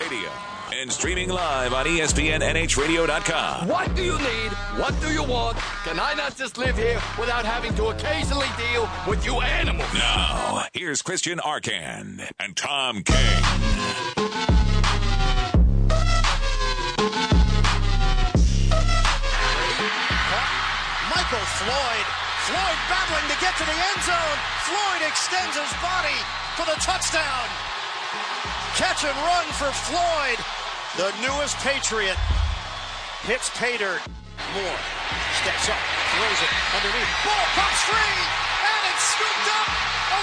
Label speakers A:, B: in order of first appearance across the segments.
A: Radio and streaming live on E ESPNNHradio.com.
B: What do you need? What do you want? Can I not just live here without having to occasionally deal with you animals?
A: Now, here's Christian Arcan and Tom King.
C: Michael Floyd. Floyd battling to get to the end zone. Floyd extends his body for the touchdown. Catch and run for Floyd. The newest Patriot hits pay dirt. Moore steps up, throws it underneath. Ball pops free, and it's scooped up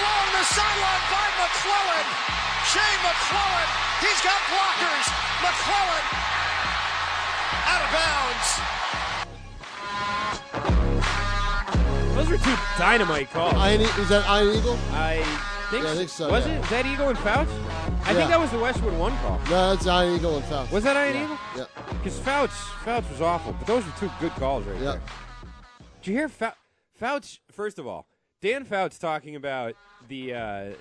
C: along the sideline by McClellan. Shane McClellan, he's got blockers. McClellan out of bounds.
D: Those were two dynamite calls. I,
E: Iron, E- is that Iron Eagle?
D: think,
E: Yeah, I
D: s-
E: think so,
D: Was
E: yeah.
D: it? Was that Eagle and Fouch? I
E: Yeah.
D: think that was the Westwood One call.
E: No, that's Iron Eagle and Fouts.
D: Was that Iron Eagle?
E: Yeah.
D: Because Fouch, Fouch was awful, but those were two good calls right
E: Yeah.
D: there. Did you hear Fou- Fouch? First of all, Dan Fouch talking about the uh,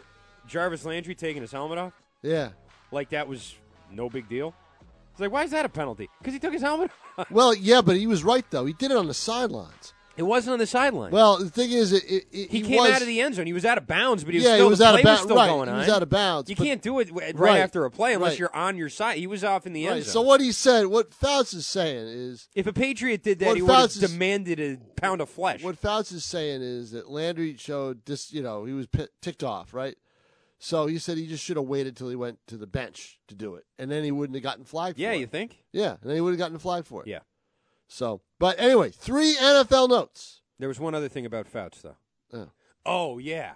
D: Jarvis Landry taking his helmet off
E: Yeah.
D: like that was no big deal. It's like, why is that a penalty? Because he took his helmet off.
E: Well, yeah, but he was right though. He did it on the sidelines.
D: It wasn't on the sideline.
E: Well, the thing is, it, it, it-
D: he, came
E: was,
D: out of the end zone. He was out of bounds, but he was
E: Yeah,
D: still
E: he was
D: the
E: out
D: play
E: of
D: was
E: bound-
D: still
E: right,
D: going
E: he
D: on.
E: was out of bounds,
D: You
E: but-
D: can't do it w- right,
E: Right,
D: after a play unless
E: right.
D: you're on your side. He was off in the end
E: Right.
D: zone.
E: So what he said, what Fouts is saying is,
D: if a Patriot did that,
E: What
D: he would have
E: Fouts is-
D: demanded a pound of flesh.
E: what Fouts is saying is that Landry showed dis, you know, he was p- ticked off, right? So he said he just should have waited till he went to the bench to do it, and then he wouldn't have gotten flagged.
D: yeah,
E: for
D: you
E: it.
D: think?
E: Yeah, and then he would have gotten flagged for it.
D: Yeah.
E: So, but anyway, three NFL notes.
D: There was one other thing about Fouts, though.
E: Oh.
D: Oh, yeah.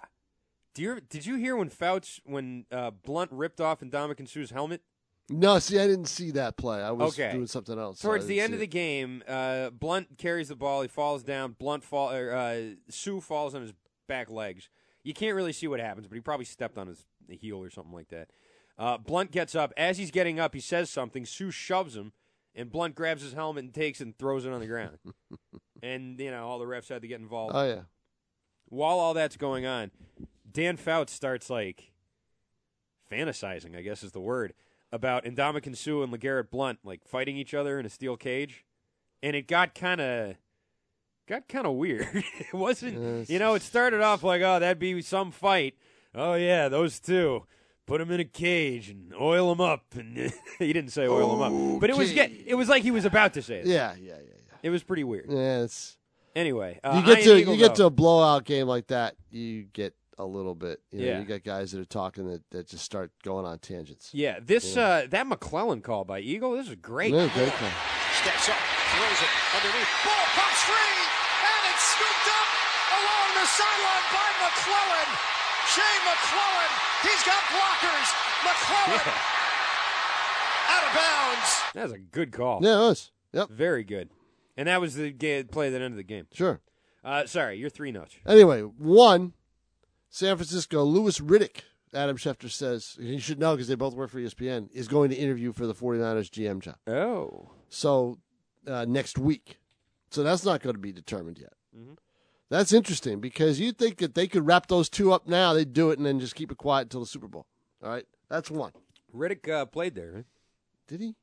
D: Do you, did you hear when Fouts, when uh, Blunt ripped off and Dominican Sue's helmet?
E: No, see, I didn't see that play. I was
D: Okay.
E: doing something else. so I
D: Towards the
E: didn't
D: end of
E: see
D: the game, uh, Blunt carries the ball. He falls down. Blunt fall. Or, uh, Sue falls on his back legs. You can't really see what happens, but he probably stepped on his heel or something like that. Uh, Blunt gets up. As he's getting up, he says something. Sue shoves him, and Blunt grabs his helmet and takes it and throws it on the ground. and you know all the refs had to get involved.
E: Oh yeah.
D: While all that's going on, Dan Fouts starts like fantasizing, I guess is the word, about Indomitian Sue and LeGarrette Blunt like fighting each other in a steel cage. And it got kind of got kind of weird. it wasn't,
E: Yes.
D: you know, it started off like, oh, that'd be some fight. Oh yeah, those two. Put them in a cage and oil them up. And he didn't say oil them up, but it was get, it was like he was about to say it.
E: Yeah, yeah, yeah, yeah.
D: It was pretty weird.
E: Yeah, it's
D: Anyway, uh,
E: you get
D: Iron
E: to
D: Eagle,
E: you get to
D: though.
E: a blowout game like that, you get a little bit. You know,
D: Yeah.
E: you got guys that are talking that, that just start going on tangents.
D: yeah. This uh, that McClellan call by E, Eagle. This is great.
E: Yeah, great call.
C: Steps up, throws it underneath. Ball pops free, and it's scooped up along the sideline by McClellan. Shea McClellan, he's got blockers. McClellan
D: Yeah.
C: out of bounds.
D: That's a good call.
E: Yeah, it was. Yep,
D: Very good. And that was the ga- play that ended the game.
E: sure.
D: Uh, sorry, you're three notes.
E: Anyway, one, San Francisco, Lewis Riddick, Adam Schefter says, he should know because they both work for E ESPN, is going to interview for the 49ers GM job.
D: Oh.
E: So uh, next week. So that's not going to be determined yet. That's interesting because you'd think that they could wrap those two up now. They'd do it and then just keep it quiet until the Super Bowl. All right. That's one.
D: Riddick uh, played there huh?
E: Did he?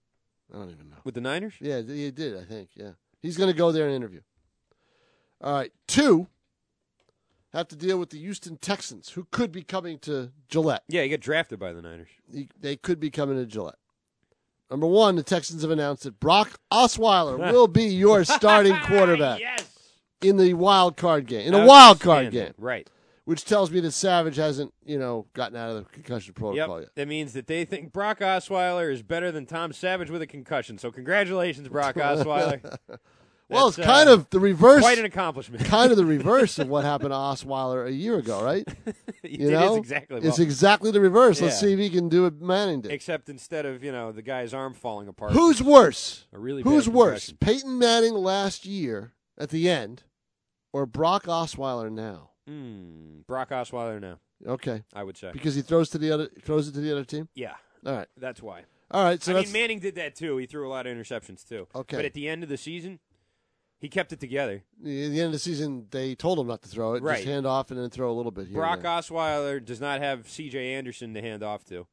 E: I don't even know.
D: with the Niners?
E: Yeah, th- he did, I think. Yeah. He's going to go there and interview. All right. Two, have to deal with the Houston Texans, who could be coming to Gillette.
D: Yeah, he got drafted by the Niners.
E: He- They could be coming to Gillette. Number one, the Texans have announced that Brock Osweiler will be your starting quarterback
D: yes.
E: in the wild card game, in a wild card game,
D: Outstanding. Right.
E: which tells me that Savage hasn't, you know, gotten out of the concussion
D: Yep.
E: protocol yet.
D: That means that they think Brock Osweiler is better than Tom Savage with a concussion. So congratulations, Brock Osweiler.
E: Well, it's
D: That's,
E: kind
D: uh,
E: of the reverse,
D: Quite an accomplishment.
E: kind of the reverse of what happened to Osweiler a year ago, right?
D: It
E: You
D: is
E: know,
D: exactly.
E: it's
D: well.
E: exactly the reverse.
D: Yeah.
E: Let's see if he can do what Manning did.
D: Except instead of you know the guy's arm falling apart.
E: Who's worse?
D: A really bad
E: Who's worse,
D: concussion.
E: Peyton Manning last year at the end, or Brock Osweiler now?
D: Hmm, Brock Osweiler now?
E: Okay,
D: I would say.
E: because he throws to the other, throws it to the other team.
D: yeah,
E: All right,
D: that's why.
E: all right. So
D: I
E: that's
D: mean, Manning did that too. He threw a lot of interceptions too.
E: Okay.
D: But at the end of the season, he kept it together.
E: at the end of the season. They told him not to throw it.
D: Right.
E: Just hand off and then throw a little bit here.
D: Brock
E: and there.
D: Osweiler does not have C.J. Anderson to hand off to.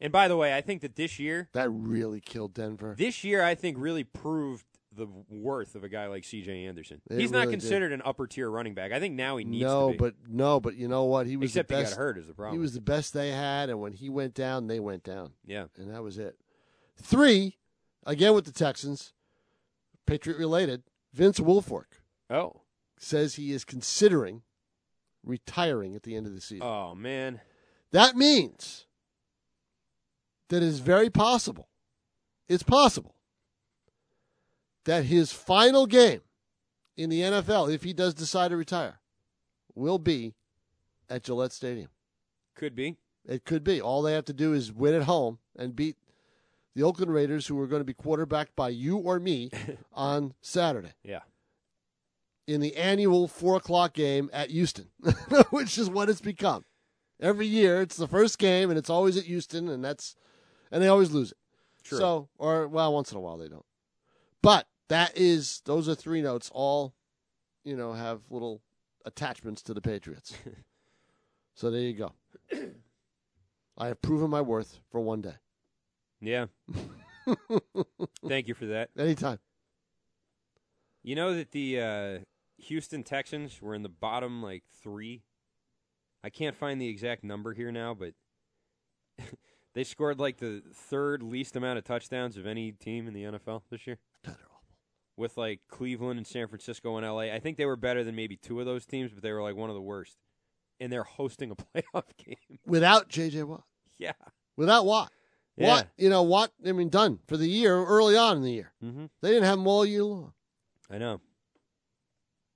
D: And by the way, I think that this year,
E: That really killed Denver.
D: this year, I think really proved the worth of a guy like C.J. Anderson.
E: It
D: He's not
E: really did.
D: considered an upper tier running back. I think now he needs
E: no,
D: to be.
E: but no, but you know what? He was
D: except
E: the
D: he
E: best.
D: got hurt is the problem.
E: He was the best they had, and when he went down, they went down,
D: yeah.
E: and that was it. Three, again with the Texans, Patriot related. Vince Wilfork
D: Oh.
E: says he is considering retiring at the end of the season.
D: Oh man.
E: That means that it is very possible. It's possible that his final game in the NFL, if he does decide to retire, will be at Gillette Stadium.
D: Could be.
E: It could be. All they have to do is win at home and beat the Oakland Raiders, who are going to be quarterbacked by you or me on Saturday
D: Yeah.
E: in the annual four o'clock game at Houston, which is what it's become. Every year, it's the first game, and it's always at Houston, and that's and they always lose it.
D: True.
E: So, or well, once in a while they don't. But that is those are three notes. All you know have little attachments to the Patriots. so there you go. I have proven my worth for one day.
D: Yeah. Thank you for that.
E: Anytime.
D: You know that the uh, Houston Texans were in the bottom like three. I can't find the exact number here now, but they scored like the third least amount of touchdowns of any team in the NFL this year,
E: God, they're awful.
D: with like Cleveland and San Francisco and LA. I think they were better than maybe two of those teams, but they were like one of the worst. And they're hosting a playoff game.
E: Without JJ Watt.
D: yeah.
E: Without Watt.
D: Yeah.
E: Watt, you know, Watt, I mean, done for the year, early on in the year.
D: Mm-hmm.
E: They didn't have him all year long.
D: I know.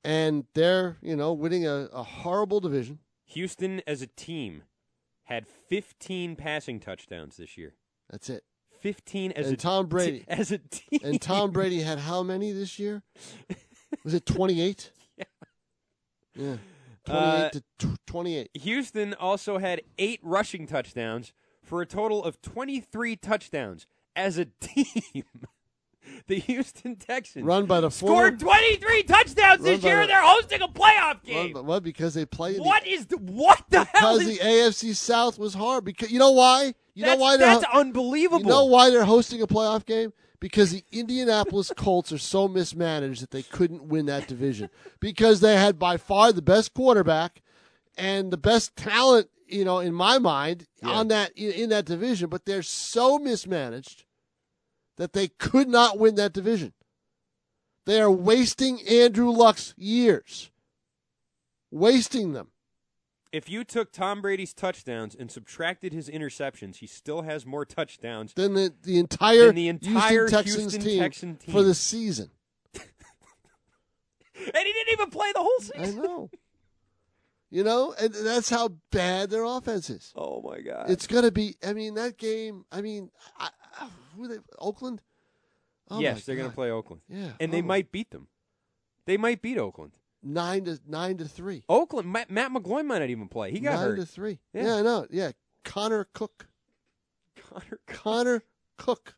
E: And they're, you know, winning a, a horrible division.
D: Houston as a team had 15 passing touchdowns this year.
E: That's it.
D: 15 as
E: And
D: a
E: Tom
D: te-
E: Brady.
D: as a team.
E: And Tom Brady had how many this year? Was it 28? Yeah. 28
D: Uh,
E: to tw 28.
D: Houston also had 8 rushing touchdowns for a total of 23 touchdowns as a team. the Houston Texans
E: Run by the former.
D: scored 23 touchdowns
E: Run
D: this
E: by
D: year
E: the-
D: and they're hosting a playoff
E: run
D: game.
E: by- well, because they play in
D: what is the, what the
E: the,
D: hell
E: because
D: is
E: the AFC South was hard. Because you know why? You
D: that's,
E: know why they're
D: that's unbelievable.
E: You know why they're hosting a playoff game? Because the Indianapolis Colts are so mismanaged that they couldn't win that division. Because they had by far the best quarterback and the best talent, you know, in my mind on that in, in that division, but they're so mismanaged that they could not win that division. They are wasting Andrew Luck's years. Wasting them.
D: if you took Tom Brady's touchdowns and subtracted his interceptions, he still has more touchdowns
E: than the, the entire,
D: Than the entire
E: Houston Texans
D: Houston
E: team,
D: Texan team.
E: for the season.
D: and he didn't even play the whole season.
E: I know. you know, and that's how bad their offense is.
D: Oh my god.
E: It's going to be. I mean, that game. I mean, I, I, who they? Oakland. Oh
D: yes,
E: my
D: they're going to
E: God.
D: play Oakland.
E: Yeah,
D: and they
E: oh my-
D: might beat them. They might beat Oakland.
E: nine to nine to three.
D: Oakland. Matt, Matt McGloin might not even play. He got
E: nine
D: hurt.
E: to three.
D: Yeah.
E: Yeah. I know. Yeah, Connor Cook.
D: Connor,
E: Connor Cook.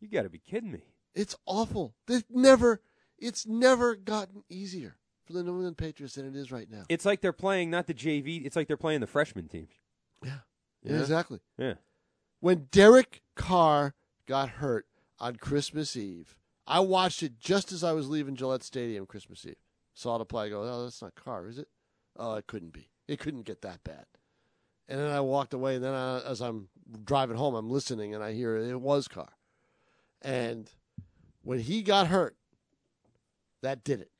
D: you got to be kidding me.
E: It's awful. They've never. It's never gotten easier for the New England Patriots than it is right now.
D: It's like they're playing not the JV. It's like they're playing the freshman teams.
E: yeah.
D: Yeah.
E: Exactly.
D: Yeah.
E: when Derek Carr got hurt on Christmas Eve, I watched it just as I was leaving Gillette Stadium Christmas Eve. Saw the play, I go, oh, that's not Carr, is it? Oh, it couldn't be. It couldn't get that bad. And then I walked away, and then I, as I'm driving home, I'm listening, and I hear it was Carr. And when he got hurt, that did it.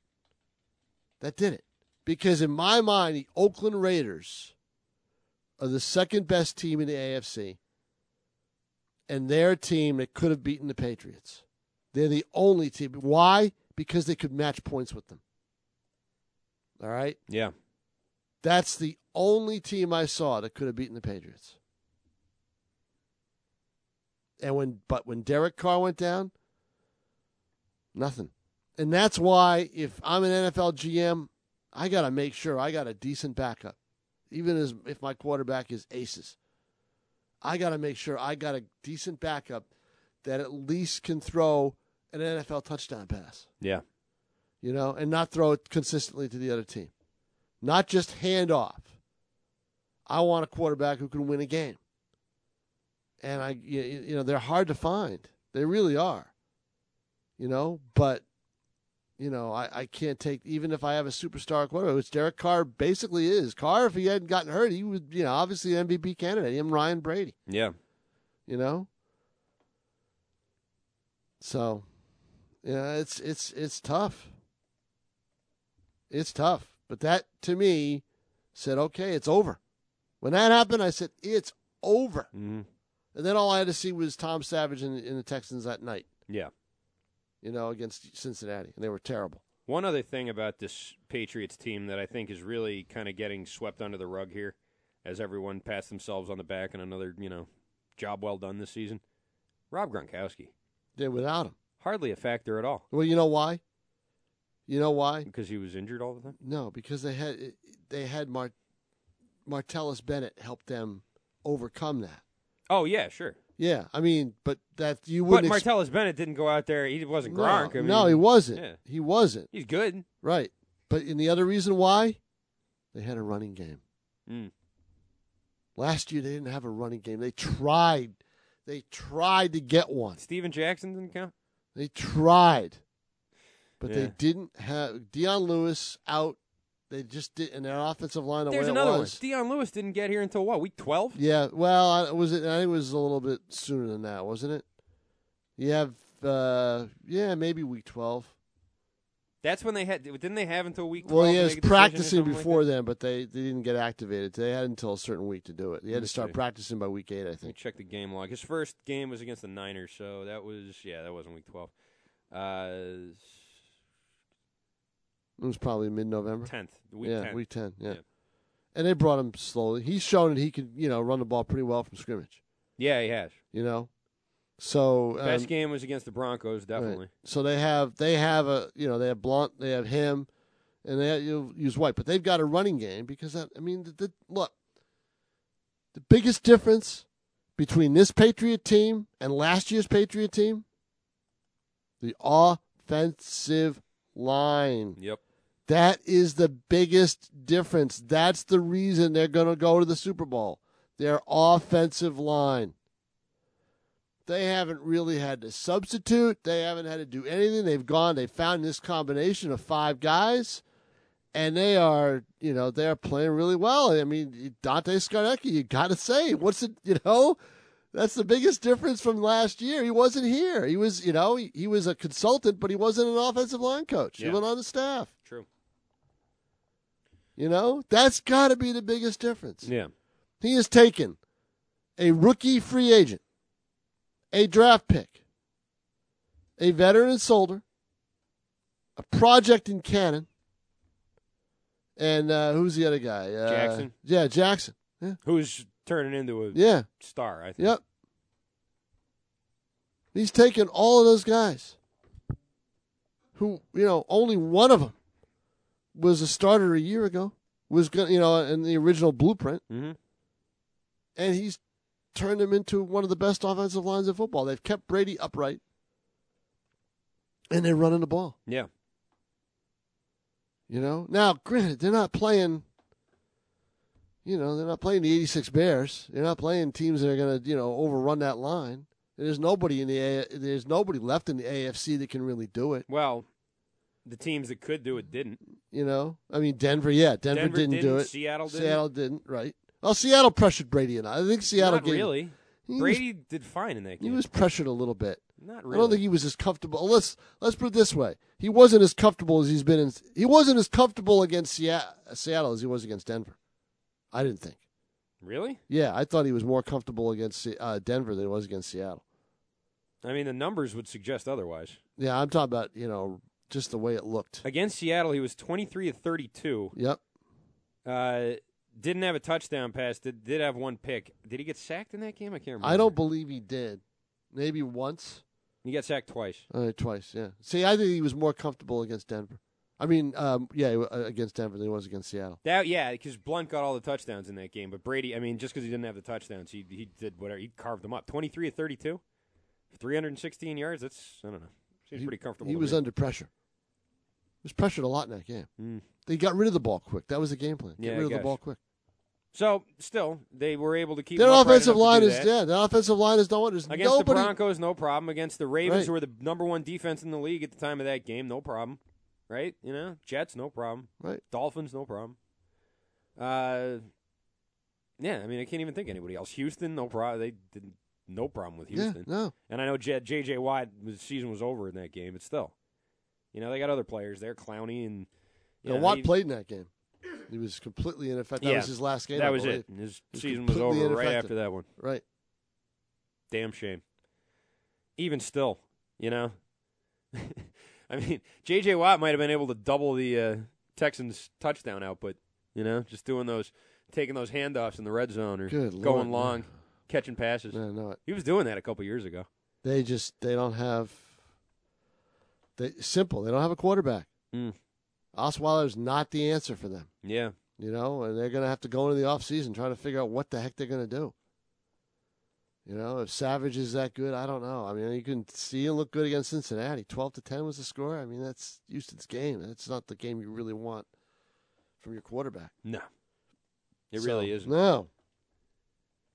E: That did it. Because in my mind, the Oakland Raiders are the second best team in the AFC and their team that could have beaten the Patriots. They're the only team. Why? Because they could match points with them. All right?
D: Yeah.
E: That's the only team I saw that could have beaten the Patriots. And when but when Derek Carr went down, nothing. And that's why if I'm an NFL GM, I gotta make sure I got a decent backup. Even as if my quarterback is aces. I gotta make sure I got a decent backup that at least can throw an NFL touchdown pass
D: Yeah.
E: you know, and not throw it consistently to the other team. Not just hand off. I want a quarterback who can win a game. And I, you you know, they're hard to find. They really are. You know, but you know, I, I can't take even if I have a superstar quarterback, which Derek Carr basically is. Carr, if he hadn't gotten hurt, he would, you know, obviously an MVP candidate. Him, Ryan Brady.
D: Yeah.
E: You know. So, yeah, it's it's it's tough. It's tough, but that to me said, okay, it's over. When that happened, I said it's over.
D: Mm-hmm.
E: And then all I had to see was Tom Savage in, in the Texans that night,
D: Yeah.
E: you know, against Cincinnati, and they were terrible.
D: One other thing about this Patriots team that I think is really kind of getting swept under the rug here, as everyone pats themselves on the back and another you know job well done this season. Rob Gronkowski
E: They're without him.
D: hardly a factor at all
E: Well, you know why? You know why?
D: because he was injured all the time.
E: No, because they had they had Mar- Martellus Bennett help them overcome that.
D: Oh yeah, sure.
E: Yeah, I mean, but that you
D: But
E: wouldn't. ex-
D: Martellus Bennett didn't go out there. He wasn't
E: no,
D: Gronk. I mean,
E: no, he wasn't.
D: yeah.
E: He wasn't
D: He's good.
E: right. But and the other reason why, they had a running game.
D: Mm.
E: Last year they didn't have a running game. They tried, they tried to get one.
D: Steven Jackson didn't count.
E: They tried, but they
D: Yeah.
E: didn't have Dion Lewis out. They just did, and their offensive line. the
D: There's
E: way
D: another
E: it
D: one.
E: was,
D: Deion Lewis didn't get here until what week twelve?
E: Yeah, well, I- was it? I think it was a little bit sooner than that, wasn't it? You have, uh, yeah, maybe week twelve.
D: That's when they had. Didn't they have until week? 12
E: Well,
D: to
E: yeah, it was
D: make a decision or
E: practicing
D: something like
E: before
D: that?
E: then, but they, they didn't get activated. They had until a certain week to do it. They had
D: me
E: to start
D: see.
E: practicing by week eight,
D: Let
E: I
D: me
E: think.
D: check the game log. His first game was against the Niners, so that was yeah, that wasn't week twelve. Uh,
E: It was probably mid November.
D: tenth, week
E: Yeah,
D: 10.
E: week ten. Yeah.
D: Yeah.
E: and they brought him slowly. He's shown that he could, you know, run the ball pretty well from scrimmage.
D: Yeah, he has.
E: You know, so um,
D: Best game was against the Broncos,
E: Right.
D: definitely.
E: So they have they have a you know they have Blunt, they have him, and they you use White, but they've got a running game because that I mean the, the, look, the biggest difference between this Patriot team and last year's Patriot team, the offensive line.
D: Yep.
E: That is the biggest difference. That's the reason they're going to go to the Super Bowl. Their offensive line. They haven't really had to substitute. They haven't had to do anything. They've gone, they found this combination of five guys, and they are, you know, they're playing really well. I mean, Dante Scarnecchi, you got to say, what's it, you know? That's the biggest difference from last year. He wasn't here. He was, you know, he, he was a consultant, but he wasn't an offensive line coach. He
D: Yeah.
E: went on the staff.
D: True.
E: You know, that's got to be the biggest difference.
D: Yeah.
E: He has taken a rookie free agent, a draft pick, a veteran and soldier, a project in Cannon, and uh, who's the other guy? Uh,
D: Jackson.
E: Yeah, Jackson. Yeah.
D: Who's turning into a
E: Yeah.
D: star? I think.
E: Yep. He's taken all of those guys who, you know, only one of them was a starter a year ago, was going to, you know, in the original blueprint,
D: hmm
E: and he's turned him into one of the best offensive lines in football. They've kept Brady upright, and they're running the ball,
D: Yeah.
E: you know. Now, granted, they're not playing, you know, they're not playing the 86 Bears. They're not playing teams that are going to, you know, overrun that line. There's nobody in the A- there's nobody left in the AFC that can really do it.
D: Well, the teams that could do it didn't.
E: You know, I mean Denver, yeah, Denver,
D: Denver
E: didn't, do
D: didn't,
E: it.
D: Seattle didn't.
E: Seattle didn't, right? Well, Seattle pressured Brady, and I think Seattle
D: Not
E: gave-
D: really.
E: He was-
D: Brady did fine in that
E: He
D: game.
E: was pressured a little bit.
D: Not
E: I don't
D: really.
E: think he was as comfortable. Let's let's put it this way: he wasn't as comfortable as he's been. In, he wasn't as comfortable against Seattle, Seattle as he was against Denver. I didn't think.
D: really?
E: Yeah, I thought he was more comfortable against Se- uh, Denver than he was against Seattle.
D: I mean, the numbers would suggest otherwise.
E: Yeah, I'm talking about you know just the way it looked.
D: Against Seattle, he was 23 of 32.
E: Yep.
D: Uh, didn't have a touchdown pass. Did did have one pick. Did he get sacked in that game? I can't remember.
E: I don't believe he did. Maybe once,
D: He got sacked twice.
E: uh, twice. Yeah. See, I think he was more comfortable against Denver. I mean, um, yeah, he wa- uh, against Denver than he was against Seattle.
D: That yeah, because Blunt got all the touchdowns in that game. But Brady, I mean, just because he didn't have the touchdowns, he he did whatever. He carved them up. 23 of 32, 316 yards. That's I don't know. Seems
E: He-
D: pretty comfortable.
E: He
D: to
E: was
D: me.
E: under pressure. He was pressured a lot in that game.
D: Mm.
E: They got rid of the ball quick. That was the game plan. Get
D: Yeah, I
E: rid of the
D: guess.
E: ball quick.
D: So still, they were able to keep
E: Their
D: them upright
E: offensive
D: enough to
E: line
D: do
E: is
D: that.
E: dead. Their offensive line is no one. There's
D: Against
E: nobody.
D: the Broncos, no problem. Against the Ravens,
E: Right.
D: who were the number one defense in the league at the time of that game, no problem. Right? You know, Jets, no problem.
E: Right.
D: Dolphins, no problem. Uh, yeah. I mean, I can't even think of anybody else. Houston, no problem. They did no problem with
E: Yeah,
D: Houston.
E: no.
D: And I know J- J.J. Watt, the season was over in that game, but still, you know, they got other players there, Clowney and you
E: Yeah,
D: know,
E: Watt
D: they-
E: played in that game. He was completely ineffective. That
D: Yeah.
E: was his last game. I
D: That was
E: believe.
D: it. His
E: was
D: season was
E: completely
D: over right
E: ineffective.
D: after that one.
E: Right.
D: Damn shame. Even still, you know. I mean, J.J. Watt might have been able to double the uh, Texans' touchdown output. You know, just doing those, taking those handoffs in the red zone or
E: Good Lord,
D: going
E: no.
D: long, catching passes.
E: No, no.
D: He was doing that a couple years ago.
E: They just they don't have. They simple. They don't have a quarterback.
D: Mm.
E: Osweiler's not the answer for them.
D: Yeah,
E: You know, and they're going to have to go into the offseason trying to figure out what the heck they're going to do. You know, if Savage is that good, I don't know. I mean, you can see him look good against Cincinnati. 12 to 10 was the score. I mean, that's Houston's game. That's not the game you really want from your quarterback.
D: no, it
E: So,
D: really isn't.
E: No.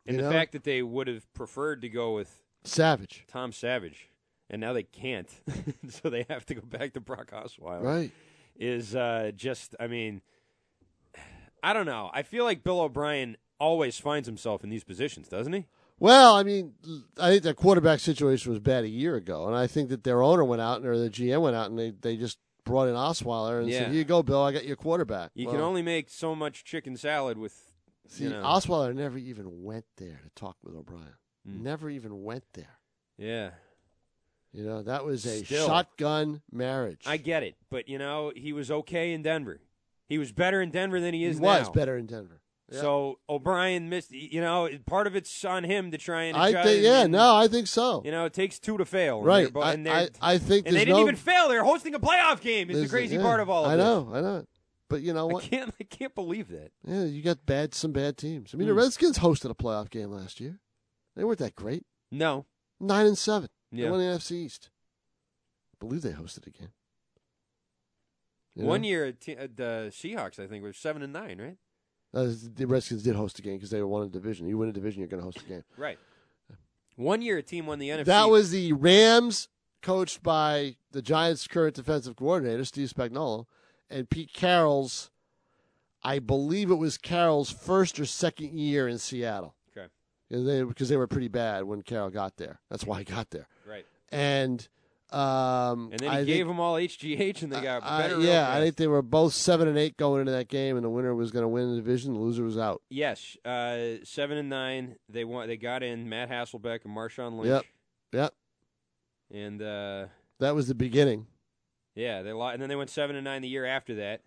D: And
E: You
D: the
E: know?
D: fact that they would have preferred to go with
E: Savage.
D: Tom Savage, and now they can't, so they have to go back to Brock Osweiler.
E: Right.
D: Is uh, just, I mean, I don't know. I feel like Bill O'Brien always finds himself in these positions, doesn't he?
E: Well, I mean, I think the quarterback situation was bad a year ago, and I think that their owner went out and or the GM went out and they, they just brought in Osweiler and
D: Yeah.
E: said, "Here you go, Bill. I got your quarterback."
D: You
E: Well,
D: can only make so much chicken salad with,
E: See,
D: you know,
E: Osweiler never even went there to talk with O'Brien.
D: Mm.
E: Never even went there.
D: yeah.
E: You know, that was a
D: Still.
E: shotgun marriage.
D: I get it, but you know, he was okay in Denver. He was better in Denver than he
E: he
D: is
E: was
D: now.
E: better in Denver. Yeah.
D: So O'Brien missed. You know, part of it's on him to try and.
E: I
D: adjust
E: think, yeah,
D: and-
E: no, I think so.
D: You know, it takes two to fail. and
E: right.
D: they're bo-
E: I,
D: and they're-
E: I, I think
D: and they
E: there's
D: didn't
E: no-
D: even fail. They're hosting a playoff game. Is the
E: there's-
D: crazy
E: yeah.
D: part of all of
E: I
D: this.
E: know, I know. But you know
D: I
E: what?
D: can't. I can't believe that.
E: Yeah, you got bad some bad teams. I mean, the
D: Mm.
E: Redskins hosted a playoff game last year. They weren't that great.
D: No.
E: Nine and seven. They
D: Yeah.
E: won the NFC East. I believe they hosted a game. You
D: One
E: know?
D: year, a te- uh, the Seahawks, I think, were seven and nine. Right.
E: Uh, the Redskins did host a game because they won a division. You win a division, you're going to host a game.
D: Right. One year, a team won the NFC.
E: That was the Rams, coached by the Giants' current defensive coordinator Steve Spagnuolo, and Pete Carroll's. I believe it was Carroll's first or second year in Seattle.
D: Okay.
E: And they- because they were pretty bad when Carroll got there. That's why he got there.
D: Right.
E: And um,
D: And then he
E: I
D: gave
E: think-
D: them all HGH, and they got
E: I-
D: better. real
E: yeah, I
D: fast.
E: think they were both seven and eight going into that game, and the winner was going to win the division. The loser was out.
D: Yes, uh, seven and nine. They won. They got in Matt Hasselbeck and Marshawn Lynch.
E: Yep. Yep,
D: And uh,
E: that was the beginning.
D: yeah, they lost, and then they went seven and nine the year after that.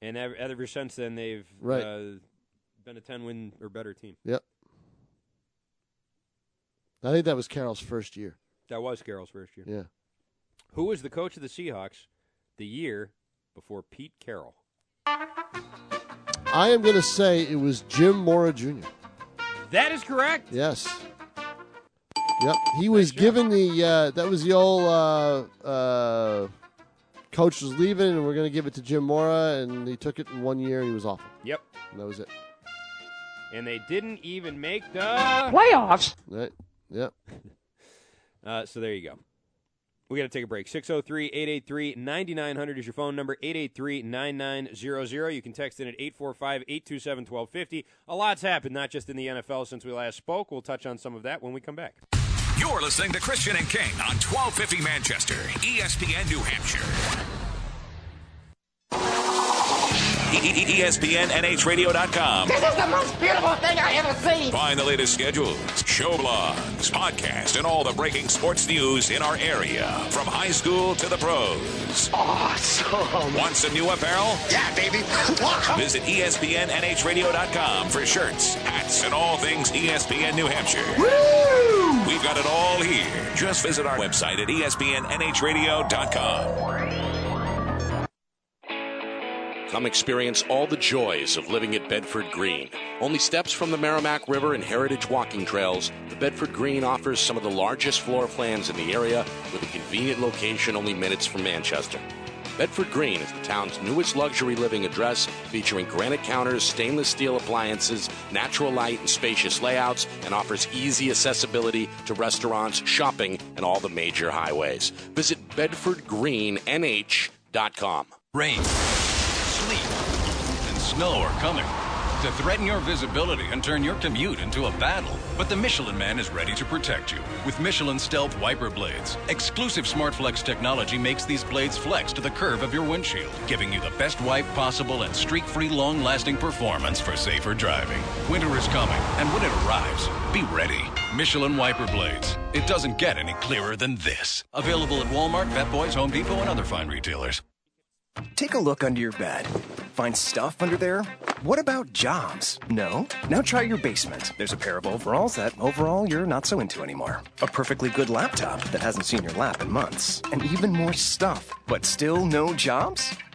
D: And ever, ever since then, they've
E: Right.
D: uh, been a ten win or better team.
E: I think that was Carroll's first year.
D: That was Carroll's first year.
E: Yeah.
D: Who was the coach of the Seahawks the year before Pete Carroll?
E: I am going to say it was Jim Mora Jr.
D: That is correct.
E: Yes. Yep. He was given the uh, that was the old uh, uh, coach was leaving, and we're going to give it to Jim Mora, and he took it in one year, and he was awful.
D: Yep.
E: And that was it.
D: And they didn't even make the.
F: Playoffs?
E: Right. Yep.
D: Uh, so there you go. We got to take a break. 603 883 9900 is your phone number, 883 9900. You can text in at 845 827 1250. A lot's happened, not just in the NFL since we last spoke. We'll touch on some of that when we come back.
A: You're listening to Christian and King on 1250 Manchester, E ESPN New Hampshire. E ESPNNHradio.com.
F: This is the most beautiful thing I ever seen.
A: Find the latest schedules, show blogs, podcasts, and all the breaking sports news in our area, from high school to the pros. Awesome. Want some new apparel?
F: Yeah, baby.
A: Visit E ESPNNHradio.com for shirts, hats, and all things E ESPN New Hampshire. We've got it all here. Just visit our website at E ESPNNHradio.com.
G: Come experience all the joys of living at Bedford Green. Only steps from the Merrimack River and Heritage Walking Trails, the Bedford Green offers some of the largest floor plans in the area with a convenient location only minutes from Manchester. Bedford Green is the town's newest luxury living address featuring granite counters, stainless steel appliances, natural light, and spacious layouts, and offers easy accessibility to restaurants, shopping, and all the major highways. Visit BedfordGreenNH.com.
H: Rain, sleet, and snow are coming to threaten your visibility and turn your commute into a battle. But the Michelin Man is ready to protect you with Michelin Stealth Wiper Blades. Exclusive SmartFlex technology makes these blades flex to the curve of your windshield, giving you the best wipe possible and streak free, long lasting performance for safer driving. Winter is coming, and when it arrives, be ready. Michelin Wiper Blades. It doesn't get any clearer than this. Available at Walmart, Vet Boys, Home Depot, and other fine retailers.
I: Take a look under your bed. Find stuff under there? What about jobs? No? Now try your basement. There's a pair of overalls that overall you're not so into anymore. A perfectly good laptop that hasn't seen your lap in months. And even more stuff. But still no jobs?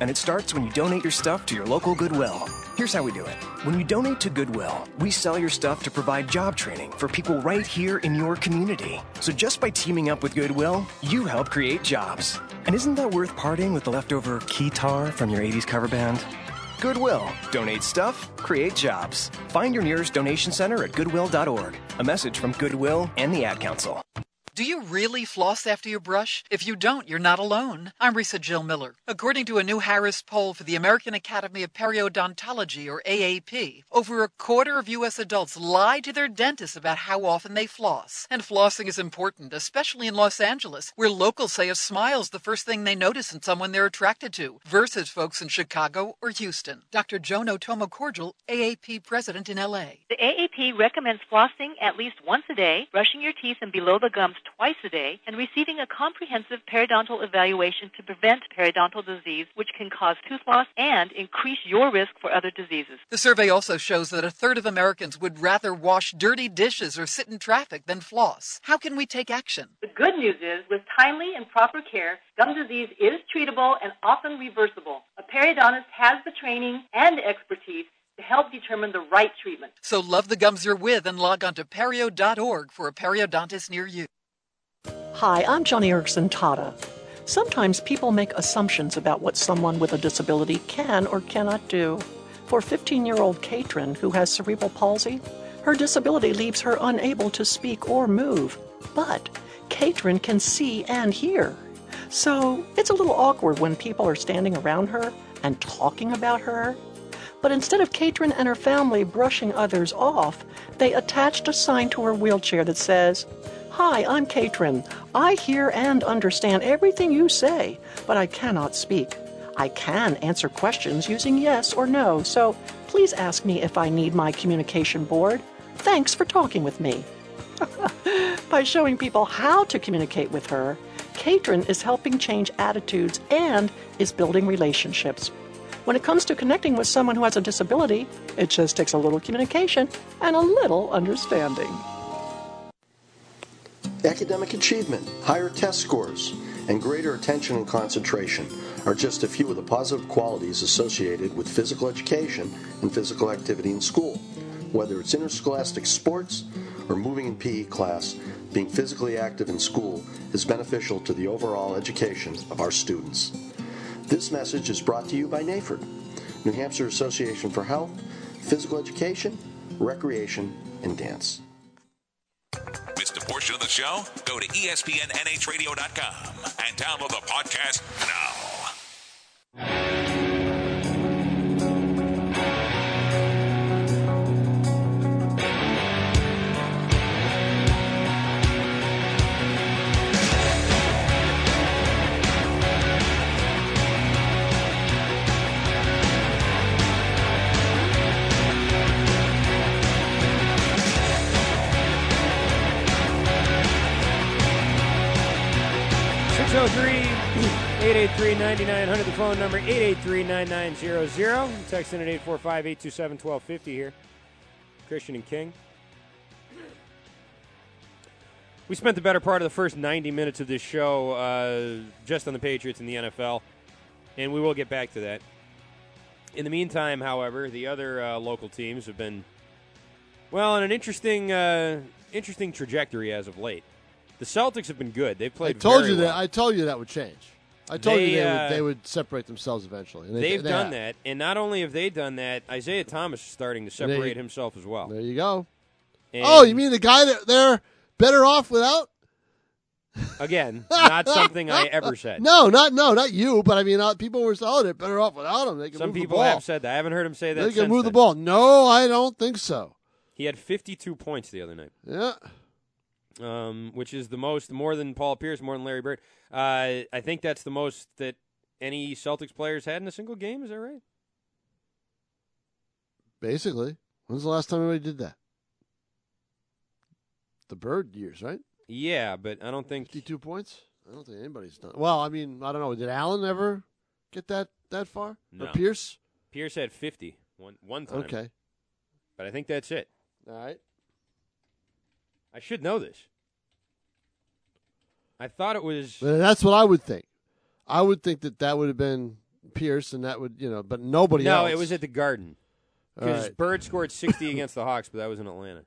I: And it starts when you donate your stuff to your local Goodwill. Here's how we do it. When you donate to Goodwill, we sell your stuff to provide job training for people right here in your community. So just by teaming up with Goodwill, you help create jobs. And isn't that worth parting with the leftover keytar from your 80s cover band? Goodwill. Donate stuff, create jobs. Find your nearest donation center at goodwill.org. A message from Goodwill and the Ad Council.
J: Do you really floss after you brush? If you don't, you're not alone. I'm Risa Jill Miller. According to a new Harris poll for the American Academy of Periodontology, or AAP, over a quarter of U.S. adults lie to their dentists about how often they floss. And flossing is important, especially in Los Angeles, where locals say a smile's the first thing they notice in someone they're attracted to, versus folks in Chicago or Houston. Dr. Joan Otomo Cordial, AAP president in L.A.
K: The AAP recommends flossing at least once a day, brushing your teeth and below the gums twice a day, and receiving a comprehensive periodontal evaluation to prevent periodontal disease, which can cause tooth loss and increase your risk for other diseases.
J: The survey also shows that a third of Americans would rather wash dirty dishes or sit in traffic than floss. How can we take action?
K: The good news is, with timely and proper care, gum disease is treatable and often reversible. A periodontist has the training and expertise to help determine the right treatment.
J: So love the gums you're with and log on to perio.org for a periodontist near you.
L: Hi, I'm Johnny Erickson Tata. Sometimes people make assumptions about what someone with a disability can or cannot do. For 15 year old Katrin, who has cerebral palsy, her disability leaves her unable to speak or move. But Katrin can see and hear. So it's a little awkward when people are standing around her and talking about her. But instead of Katrin and her family brushing others off, they attached a sign to her wheelchair that says, Hi, I'm Katrin. I hear and understand everything you say, but I cannot speak. I can answer questions using yes or no, so please ask me if I need my communication board. Thanks for talking with me. By showing people how to communicate with her, Katrin is helping change attitudes and is building relationships. When it comes to connecting with someone who has a disability, it just takes a little communication and a little understanding
M: academic achievement, higher test scores, and greater attention and concentration are just a few of the positive qualities associated with physical education and physical activity in school. Whether it's interscholastic sports or moving in PE class, being physically active in school is beneficial to the overall education of our students. This message is brought to you by NAFERD, New Hampshire Association for Health, Physical Education, Recreation, and Dance
A: missed a portion of the show? Go to E ESPNNHradio.com and download the podcast now.
D: Six zero three eight eight three ninety nine hundred. the phone number 883-9900. Text in at 845-827-1250 here. Christian and King. We spent the better part of the first 90 minutes of this show uh, just on the Patriots and the NFL, and we will get back to that. In the meantime, however, the other uh, local teams have been, well, on an interesting, uh, interesting trajectory as of late. The Celtics have been good. They've
E: I
D: played.
E: told
D: very
E: you
D: well.
E: that. I told you that would change. I told
D: They,
E: you they,
D: uh,
E: would, they would separate themselves eventually. and they-
D: They've
E: they
D: done
E: have.
D: that, and not only have they done that, Isaiah Thomas is starting to
E: And there you-
D: separate himself as well.
E: There you go.
D: And
E: oh, you mean the guy that they're better off without?
D: again, not something I ever said.
E: No, not no, not you. But I mean, uh, people were solid. it Better off without him. They can
D: Some
E: move the
D: people
E: ball.
D: have said that. I haven't heard him say that.
E: They can
D: since
E: move the
D: then.
E: ball. No, I don't think so.
D: He had 52 points the other night.
E: Yeah.
D: um, which is the most, more than Paul Pierce, more than Larry Bird. Uh, I think that's the most that any Celtics players had in a single game. Is that right?
E: Basically, when's the last time anybody did that? The Bird years, right?
D: Yeah, but I don't think
E: 52 points. I don't think anybody's done. Well, I mean, I don't know. Did Allen ever get that that far?
D: No.
E: Or Pierce?
D: Pierce had 50 one one time.
E: Okay.
D: but I think that's it.
E: All right.
D: I should know this. I thought it was
E: But that's what I would think. I would think that that would have been Pierce, and that would you know, but nobody
D: no,
E: else.
D: it was at the Garden because
E: All right.
D: Bird scored 60 against the Hawks, but that was in Atlanta.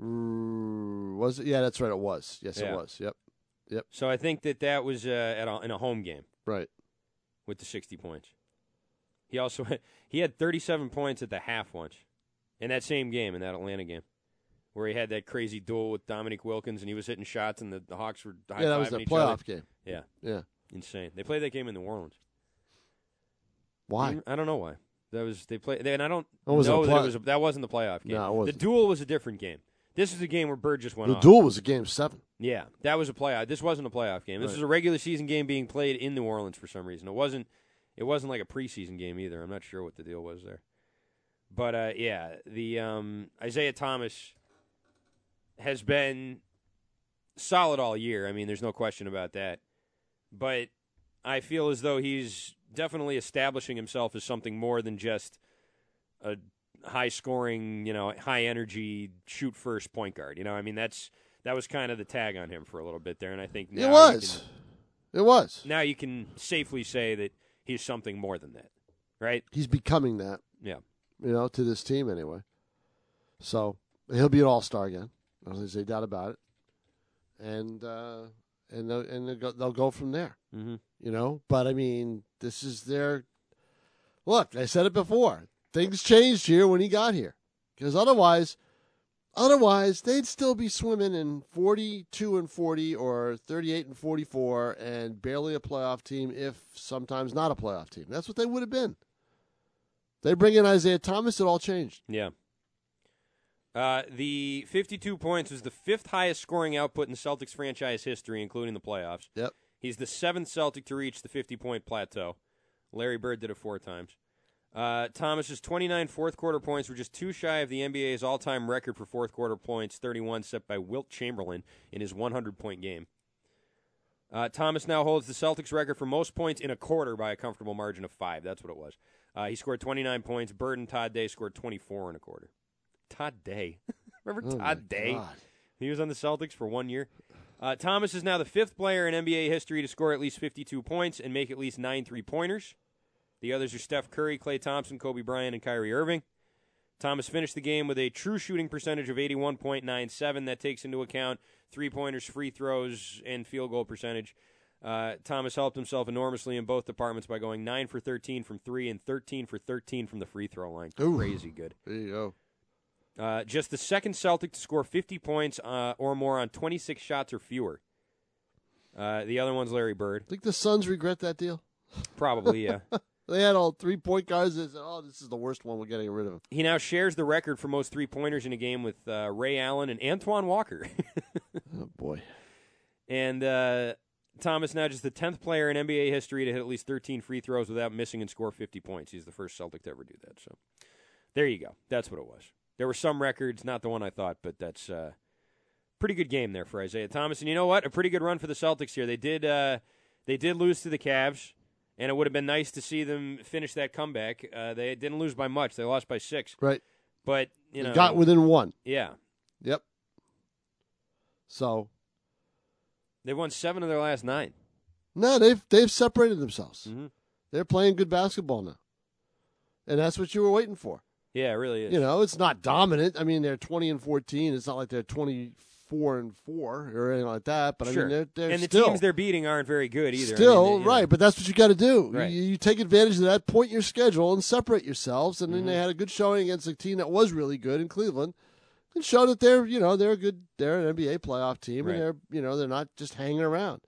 E: Mm, Was it? Yeah, that's right. It was. Yes,
D: Yeah.
E: it was. Yep. Yep.
D: So I think that that was uh, at a, in a home game
E: Right.
D: with the 60 points. He also he had 37 points at the half once in that same game in that Atlanta game where he had that crazy duel with Dominic Wilkins and he was hitting shots and the, the Hawks were high
E: Yeah, that was the playoff game.
D: Yeah,
E: Yeah.
D: insane. They played that game in New Orleans.
E: Why?
D: I don't know why. That was they play they, and I don't
E: That wasn't
D: know
E: a
D: that
E: play-
D: it was a, that wasn't the playoff game.
E: No, it wasn't.
D: The duel was a different game. This is a game where Bird just went
E: The
D: off.
E: duel was a game seven.
D: Yeah, that was a playoff. This wasn't a playoff game. This
E: Right.
D: was a regular season game being played in New Orleans for some reason. It wasn't. It wasn't like a preseason game either. I'm not sure what the deal was there. But uh, yeah, the um, Isaiah Thomas has been solid all year. I mean, there's no question about that. But I feel as though he's definitely establishing himself as something more than just a high scoring, you know, high energy shoot first point guard. You know, I mean that's that was kind of the tag on him for a little bit there, and I think now
E: it
D: you
E: was. It was.
D: can- now you can safely say that he's something more than that, right?
E: He's becoming that.
D: Yeah.
E: You know, to this team anyway. So he'll be an all star again. I don't think there's any doubt about it. And uh, and they'll, and they'll go, they'll go from there.
D: Mm-hmm.
E: You know, but I mean, this is their look. I said it before. Things changed here when he got here, because otherwise, otherwise they'd still be swimming in forty-two and forty or thirty-eight and forty-four, and barely a playoff team, if sometimes not a playoff team. That's what they would have been. They bring in Isaiah Thomas, it all changed.
D: Yeah. Uh, the 52 points was the fifth highest scoring output in Celtics franchise history, including the playoffs.
E: Yep.
D: He's the seventh Celtic to reach the 50 point plateau. Larry Bird did it four times. Uh, Thomas's 29 fourth quarter points were just too shy of the NBA's all time record for fourth quarter points, 31 set by Wilt Chamberlain in his 100 point game. Uh, Thomas now holds the Celtics record for most points in a quarter by a comfortable margin of five. That's what it was. Uh, he scored 29 points. Bird and Todd Day scored 24 in a quarter. Todd Day. Remember
E: Oh, my
D: Todd Day?
E: God.
D: He was on the Celtics for one year. Uh, Thomas is now the fifth player in NBA history to score at least 52 points and make at least nine three pointers. The others are Steph Curry, Clay Thompson, Kobe Bryant, and Kyrie Irving. Thomas finished the game with a true shooting percentage of 81.97. That takes into account three pointers, free throws, and field goal percentage. Uh, Thomas helped himself enormously in both departments by going 9 for 13 from 3 and 13 for 13 from the free throw line.
E: Ooh.
D: Crazy good.
E: There you go.
D: Uh, just the second Celtic to score 50 points uh, or more on 26 shots or fewer. Uh, the other one's Larry Bird.
E: Think the Suns regret that deal?
D: Probably, yeah.
E: They had all three point guards. They said, "Oh, this is the worst one. We're getting rid of him."
D: He now shares the record for most three pointers in a game with uh, Ray Allen and Antoine Walker.
E: Oh boy.
D: and uh, Thomas now just the 10th player in NBA history to hit at least 13 free throws without missing and score 50 points. He's the first Celtic to ever do that. So there you go. That's what it was. There were some records, not the one I thought, but that's uh, pretty good game there for Isaiah Thomas. And you know what? A pretty good run for the Celtics here. They did uh, they did lose to the Cavs, and it would have been nice to see them finish that comeback. Uh, they didn't lose by much. They lost by six.
E: Right.
D: But you
E: They
D: know,
E: got within one.
D: Yeah.
E: Yep. So
D: They've won seven of their last nine.
E: No, they've they've separated themselves. They're playing good basketball now, and that's what you were waiting for.
D: Yeah, it really is.
E: You know, it's not dominant. I mean, they're twenty and fourteen. It's not like they're twenty four and four or anything like that. But
D: sure.
E: I mean, they're, they're
D: and the
E: still
D: teams they're beating aren't very good either. I mean,
E: still
D: they- you know,
E: right. But that's what you got to do.
D: Right.
E: You, you take advantage of that, point your schedule, and separate yourselves. And then they
D: Mhm.
E: had a good showing against a team that was really good in Cleveland, and show that they're you know they're a good they're an NBA playoff team,
D: Right.
E: and they're you know they're not just hanging around.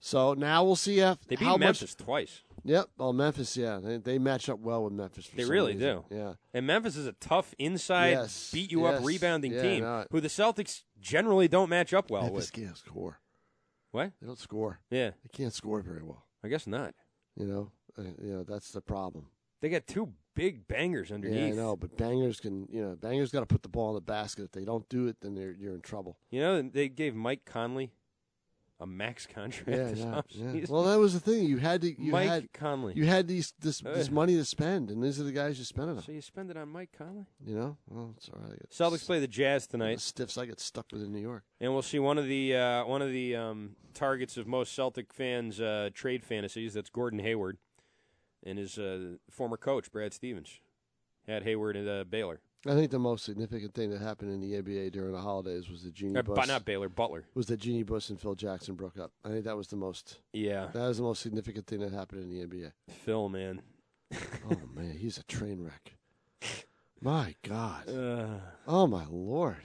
E: So now we'll see if
D: they beat
E: how much-
D: Memphis twice.
E: Yep. Well, Memphis, yeah, they, they match up well with Memphis. For
D: They
E: some
D: really
E: reason.
D: do.
E: Yeah.
D: And Memphis is a tough inside,
E: Yes,
D: beat you up
E: yes.
D: rebounding
E: Yeah,
D: team
E: no.
D: who the Celtics generally don't match up well with.
E: Memphis can't score.
D: What?
E: They don't score.
D: Yeah.
E: They can't score very well.
D: I guess not.
E: You know, uh, you know that's the problem.
D: They got two big bangers underneath.
E: Yeah, I know, but bangers can, you know, bangers got to put the ball in the basket. If they don't do it, then they're you're in trouble.
D: You know, they gave Mike Conley a max contract
E: Yeah,
D: this
E: yeah, yeah.
D: offseason.
E: Well, that was the thing. You had to, you
D: Mike
E: had
D: Conley.
E: You had these this this
D: Ugh.
E: money to spend, and these are the guys you spent it on.
D: So you spend it on Mike Conley?
E: You know, well, it's all right.
D: Celtics play the Jazz tonight.
E: Stiffs, I get stuck with in New York.
D: And we'll see one of the uh, one of the um, targets of most Celtic fans' uh, trade fantasies. That's Gordon Hayward and his uh, former coach Brad Stevens had Hayward at uh, Baylor.
E: I think the most significant thing that happened in the NBA during the holidays was the Genie
D: Uh,
E: Bus.
D: but not Baylor, Butler.
E: Was that Genie Bus and Phil Jackson broke up? I think that was the most.
D: Yeah.
E: That was the most significant thing that happened in the NBA.
D: Phil, man.
E: oh man, he's a train wreck. My God.
D: Uh,
E: oh my Lord.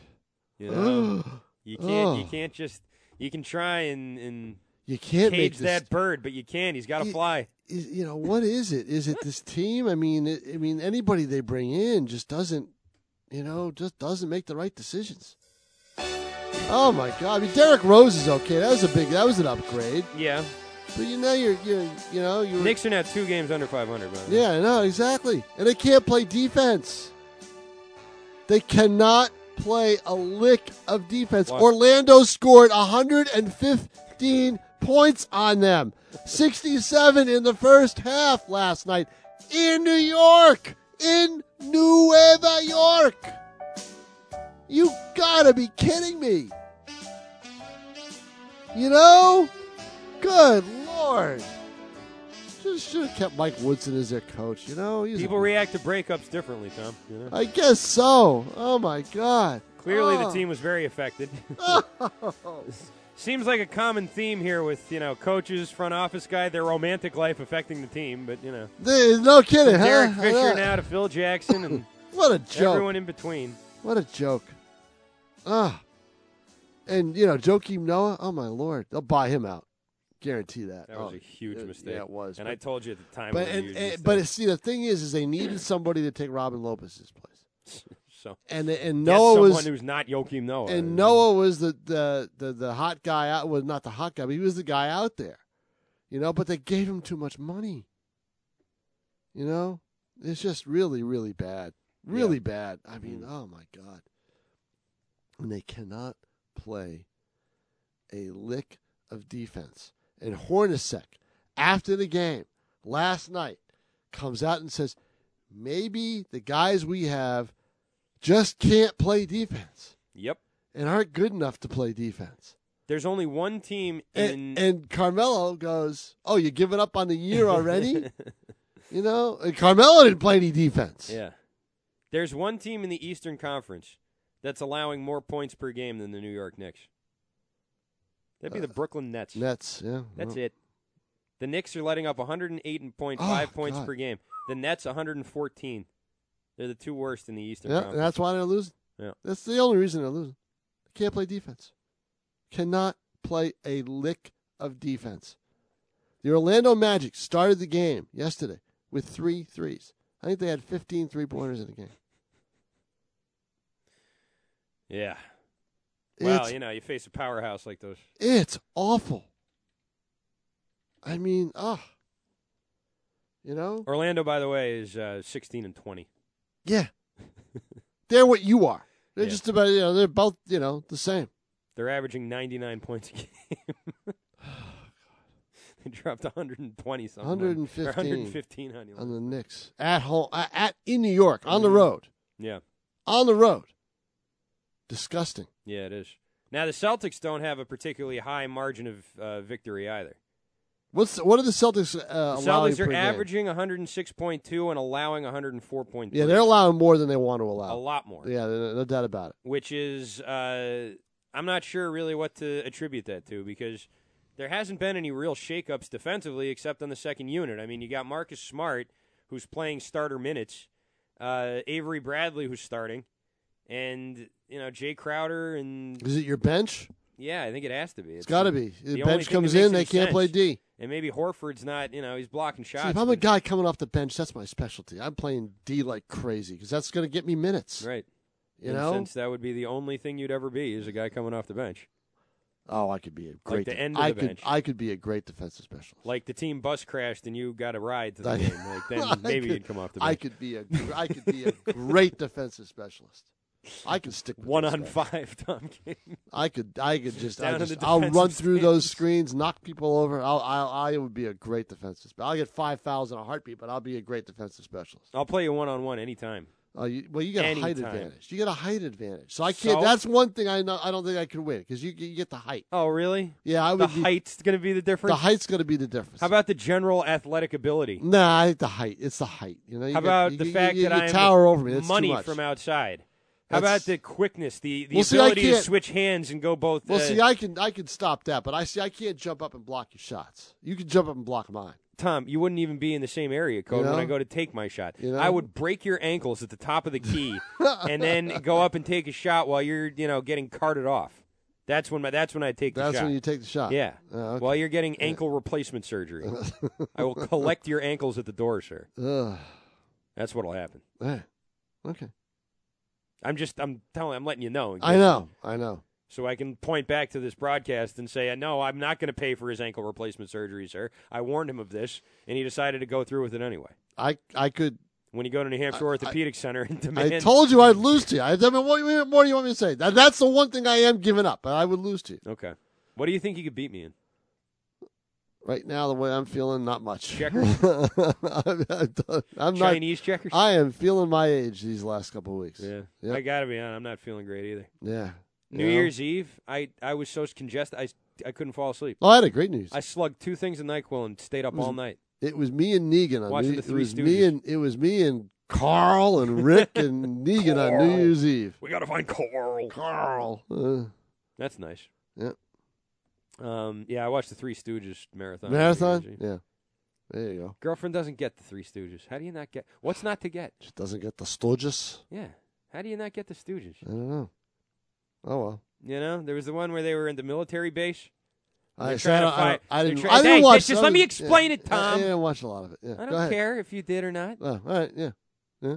D: You know,
E: Ugh.
D: you can't you
E: Ugh.
D: can't just you can try and and
E: You can't
D: cage
E: make this-
D: that bird, but you can. not He's got to
E: You-
D: fly.
E: Is, you know what is it? Is it this team? I mean, it, I mean anybody they bring in just doesn't, you know, just doesn't make the right decisions. Oh my God! I mean, Derek Rose is okay. That was a big. That was an upgrade.
D: Yeah.
E: But you know, you're you're you know you. are
D: Knicks are now two games under 500. By the way.
E: Yeah, I know, exactly. And they can't play defense. They cannot play a lick of defense.
D: Why?
E: Orlando scored 115 points on them, 67 in the first half last night in New York. In Nueva York. You gotta be kidding me. You know? Good lord. Just should have kept Mike Woodson as their coach. You know, he's
D: People react to breakups differently, Tom. You know?
E: I guess so. Oh my god.
D: Clearly,
E: Oh.
D: the team was very affected. Seems like a common theme here with you know coaches, front office guy, their romantic life affecting the team. But you know,
E: They- no kidding,
D: From
E: huh?
D: Derek
E: How
D: Fisher
E: that?
D: now to Phil Jackson and
E: What a joke.
D: everyone in between.
E: What a joke. Ah. And you know, Joakim Noah, oh my lord. They'll buy him out. Guarantee that.
D: That was
E: Oh,
D: a huge
E: yeah,
D: mistake.
E: Yeah, it was.
D: and
E: but-
D: I told you at the time. it was
E: But
D: a
E: and,
D: huge
E: and-
D: mistake.
E: but see the thing is is they needed somebody to take Robin Lopez's place.
D: so
E: And and
D: Get
E: Noah
D: someone
E: was
D: who's not Joakim Noah.
E: and Noah was the, the the the hot guy out was not the hot guy, but he was the guy out there. You know, but they gave him too much money. You know? It's just really, really bad. Really bad. I mean, oh my God. And they cannot play a lick of defense. And Hornacek, after the game last night, comes out and says, maybe the guys we have just can't play defense
D: Yep.
E: and aren't good enough to play defense.
D: There's only one team in
E: And, and Carmelo goes, "Oh, you're giving up on the year already?" you know, and Carmelo didn't play any defense.
D: Yeah. There's one team in the Eastern Conference that's allowing more points per game than the New York Knicks. That'd be the
E: Uh,
D: Brooklyn Nets.
E: Nets, yeah.
D: That's
E: well,
D: it. The Knicks are letting up 108.5
E: Oh,
D: points
E: God.
D: per game. The Nets 114. They're the two worst in the Eastern
E: Yeah, and
D: Conference.
E: that's why they're losing.
D: Yeah.
E: That's the only reason they're losing. They can't play defense. Cannot play a lick of defense. The Orlando Magic started the game yesterday with three threes. I think they had 15 three pointers in the game.
D: Yeah. Well,
E: It's-
D: you know, you face a powerhouse like those.
E: It's awful. I mean, ah, you know,
D: Orlando, by the way, is uh, 16 and 20.
E: yeah. they're what you are. They're
D: Yeah.
E: just about you know they're both you know the same.
D: They're averaging 99 points a game. they dropped 120 something. on- or
E: 115,
D: 115 on you.
E: on the Knicks at home uh, at in New York on the road
D: Yeah.
E: on the road. Disgusting.
D: Yeah, it is. Now the Celtics don't have a particularly high margin of uh, victory either.
E: What's what are the Celtics uh,
D: The
E: allowing
D: Celtics
E: per
D: are
E: game?
D: averaging 106.2 and allowing 104.3.
E: Yeah, they're allowing more than they want to allow.
D: A lot more.
E: Yeah, no no doubt about it.
D: which is uh, I'm not sure really what to attribute that to because there hasn't been any real shakeups defensively except on the second unit. I mean, you got Marcus Smart who's playing starter minutes, uh, Avery Bradley who's starting, and you know Jay Crowder and
E: Is it your bench?
D: yeah, I think it has to be.
E: It's got to be.
D: the
E: The,
D: only
E: bench
D: thing that
E: comes
D: makes
E: in, they
D: any
E: can't play
D: sense.
E: D.
D: And maybe Horford's not, you know, he's blocking
E: See,
D: shots.
E: if I'm a guy coming off the bench, that's my specialty. I'm playing D like crazy because that's going to get me minutes.
D: right.
E: You
D: In a
E: know?
D: sense, that would be the only thing you'd ever be is a guy coming off the bench.
E: Oh, I could be a great.
D: the
E: de-
D: end of
E: I
D: the
E: could,
D: bench.
E: I could be a great defensive specialist.
D: Like the team bus crashed and you got a ride to the
E: I-
D: game. Like
E: I
D: then maybe
E: could-
D: you'd come off the bench.
E: I could be a. gr- I could be a great defensive specialist. I could stick with
D: one
E: those
D: on
E: guys.
D: five, Tom King.
E: I could. I could just.
D: down
E: I
D: in
E: just
D: the
E: I'll
D: defensive
E: run through those screens, knock people over. I'll, I'll. I would be a great defensive. spe- I'll get five fouls in a heartbeat, but I'll be a great defensive specialist.
D: I'll play you one on one anytime.
E: Oh, you, well, you got a height
D: Anytime.
E: advantage. You got a height advantage. So I can't.
D: So?
E: that's one thing I know. I don't think I could win because you, you get the height.
D: Oh, really?
E: Yeah, I would.
D: the
E: be,
D: height's going to be the difference.
E: The height's going to be the difference.
D: How about the general athletic ability?
E: Nah, I think the height. It's the height. You know. You
D: How
E: get-
D: about
E: you-
D: the
E: you-
D: fact
E: you,
D: that
E: you
D: I'm
E: tower over me? That's
D: money
E: too much.
D: from outside? How
E: That's-
D: about the quickness, the, the
E: Well, see, I
D: ability to
E: can't-
D: switch hands and go both?
E: Well,
D: uh,
E: see, I can I can stop that, but I see I can't jump up and block your shots. You can jump up and block mine.
D: Tom, you wouldn't even be in the same area code
E: You know?
D: when I go to take my shot.
E: You know?
D: I would break your ankles at the top of the key and then go up and take a shot while you're, you know, getting carted off. That's when my, that's when I take the shot.
E: That's when you take the shot.
D: Yeah.
E: Oh, okay.
D: While you're getting ankle replacement surgery, I will collect your ankles at the door, sir.
E: Ugh.
D: That's what'll happen.
E: Eh. Okay.
D: I'm just I'm telling I'm letting you know. in
E: I
D: case-
E: know. I know.
D: So I can point back to this broadcast and say, "Uh, "No, I'm not going to pay for his ankle replacement surgery, sir. I warned him of this, and he decided to go through with it anyway."
E: I I could.
D: When you go to New Hampshire Orthopedic Center and demand,
E: I told you I'd lose to you. I, I mean, what, what more do you want me to say? That, that's the one thing I am giving up. I would lose to you.
D: Okay. What do you think you could beat me in?
E: Right now, the way I'm feeling, not much.
D: Checkers?
E: I'm, I'm done. I'm not-
D: Chinese checkers?
E: I am feeling my age these last couple of weeks.
D: Yeah.
E: Yep.
D: I got to be honest, I'm not feeling great either.
E: Yeah.
D: New
E: You know?
D: Year's Eve, I, I was so congested, I, I couldn't fall asleep.
E: Oh, I had a great news.
D: I slugged two things of NyQuil and stayed up
E: It was-
D: all night.
E: It was me and Negan on
D: Watching
E: New,
D: the Three
E: It was me
D: Stooges.
E: and it was me and Carl and Rick and Negan on New Year's Eve.
D: We got to find Carl.
E: Carl. Uh,
D: That's nice.
E: yeah.
D: Um, yeah, I watched the Three Stooges marathon. on New Year's
E: Marathon.
D: Eve.
E: Yeah. There you go.
D: Girlfriend doesn't get the Three Stooges. How do you not get? What's not to get?
E: Just doesn't get the Sturgis.
D: Yeah. How do you not get the Stooges?
E: I don't know. Oh well.
D: You know, there was the one where they were in the military base.
E: I,
D: They're
E: so I
D: trying to
E: don't- I
D: fight-
E: don't- I
D: they're
E: didn't.
D: trying-
E: I didn't
D: Hey,
E: watch.
D: Just
E: I
D: let me
E: didn't-
D: explain
E: yeah,
D: it,
E: I- I
D: Tom.
E: didn't watch a lot of it. Yeah.
D: I
E: Go
D: don't
E: ahead.
D: care if you did or not.
E: Oh, all right. Yeah. Yeah.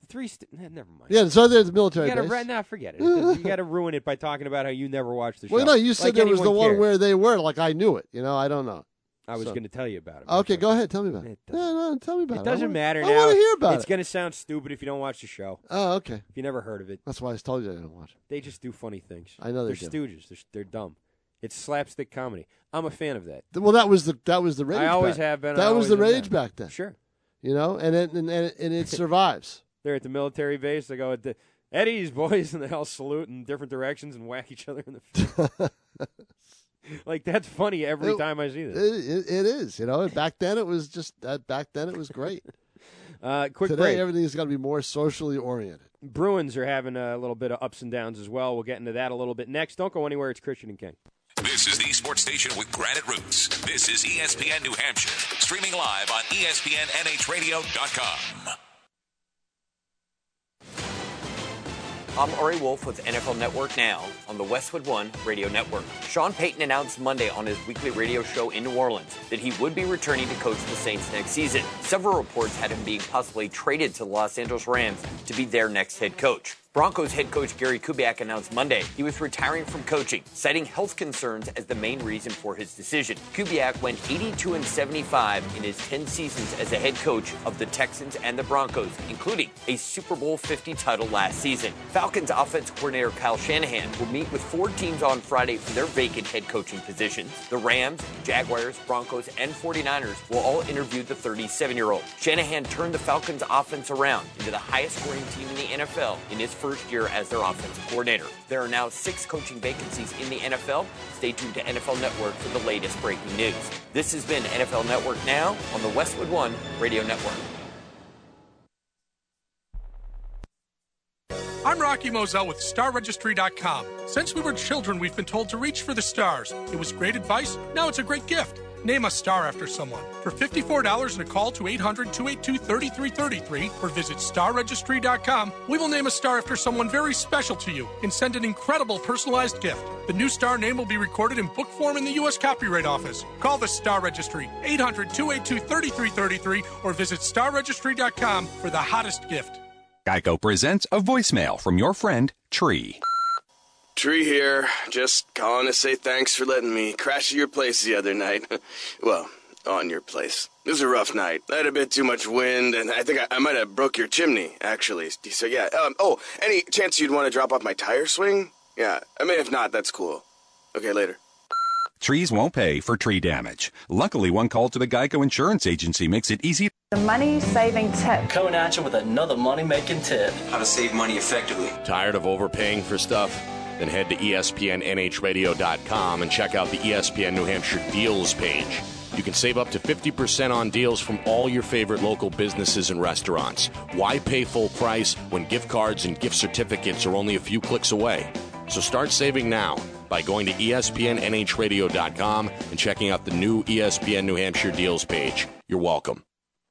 D: The Three st- nah, never mind.
E: Yeah. So there's the military
D: you gotta ru-
E: base.
D: nah, forget it. It doesn't- you got to ruin it by talking about how you never watched the show.
E: well, no, you said
D: Like
E: there was the
D: anyone
E: one
D: cares.
E: where they were. Like I knew it. You know, I don't know.
D: I was
E: so-
D: going to tell you about it.
E: Okay,
D: but-
E: go ahead. Tell me about it.
D: It
E: No, no, tell me about it.
D: It
E: I
D: doesn't
E: wanna-
D: matter
E: I
D: now.
E: want to hear about
D: It's
E: it.
D: going to sound stupid if you don't watch the show.
E: Oh, okay.
D: If you never heard of it,
E: That's why I told you I didn't watch. it.
D: they just do funny things.
E: I know they
D: are
E: do.
D: stooges. They're, they're dumb. It's slapstick comedy. I'm a fan of that.
E: Th- Well, that was the that was the rage.
D: I always
E: back.
D: have been.
E: That
D: I
E: was the
D: always have
E: rage
D: been.
E: back then.
D: Sure.
E: You know, and it and and, and it survives.
D: They're at the military base. They go at the Eddie's boys, and they all salute in different directions and whack each other in the face. like that's funny every
E: It-
D: time I see
E: It,
D: this.
E: it, it is. You know, and back then it was just that. Back then it was great.
D: Uh, quick
E: Today
D: break.
E: everything's got to be more socially oriented.
D: Bruins are having a little bit of ups and downs as well. We'll get into that a little bit next. Don't go anywhere. It's Christian and King.
A: This is the sports station with granite roots. This is E ESPN New Hampshire, streaming live on E ESPNNHradio.com.
N: I'm Ari Wolf with NFL Network Now on the Westwood One Radio Network. Sean Payton announced Monday on his weekly radio show in New Orleans that he would be returning to coach the Saints next season. Several reports had him being possibly traded to the Los Angeles Rams to be their next head coach. Broncos head coach Gary Kubiak announced Monday he was retiring from coaching, citing health concerns as the main reason for his decision. Kubiak went 82 and 75 in his 10 seasons as a head coach of the Texans and the Broncos, including a Super Bowl 50 title last season. Falcons offense coordinator Kyle Shanahan will meet with four teams on Friday for their vacant head coaching positions. The Rams, Jaguars, Broncos, and 49ers will all interview the 37 year old. Shanahan turned the Falcons offense around into the highest scoring team in the NFL in his first year as their offensive coordinator. There are now six coaching vacancies in the NFL. Stay tuned to NFL Network for the latest breaking news. This has been NFL Network Now on the Westwood One Radio Network.
O: I'm Rocky Moselle with StarRegistry.com. Since we were children, we've been told to reach for the stars. It was great advice, now it's a great gift. Name a star after someone. For $54 and a call to 800 282 3333 or visit starregistry.com, we will name a star after someone very special to you and send an incredible personalized gift. The new star name will be recorded in book form in the U.S. Copyright Office. Call the Star Registry, 800 282 3333 or visit starregistry.com for the hottest gift.
P: Geico presents a voicemail from your friend, Tree.
Q: Tree here, just calling to say thanks for letting me crash at your place the other night. well, on your place. It was a rough night. I had a bit too much wind, and I think I, I might have broke your chimney, actually. So yeah. Um, oh, any chance you'd want to drop off my tire swing? Yeah. I mean, if not, that's cool. Okay, later.
P: Trees won't pay for tree damage. Luckily, one call to the Geico Insurance Agency makes it easy.
R: The money saving tip.
S: Coming at you with another money making tip.
T: How to save money effectively.
G: Tired of overpaying for stuff? Then head to E ESPNNHradio.com and check out the E ESPN New Hampshire Deals page. You can save up to 50% on deals from all your favorite local businesses and restaurants. Why pay full price when gift cards and gift certificates are only a few clicks away? So start saving now by going to E ESPNNHradio.com and checking out the new E ESPN New Hampshire Deals page. You're welcome.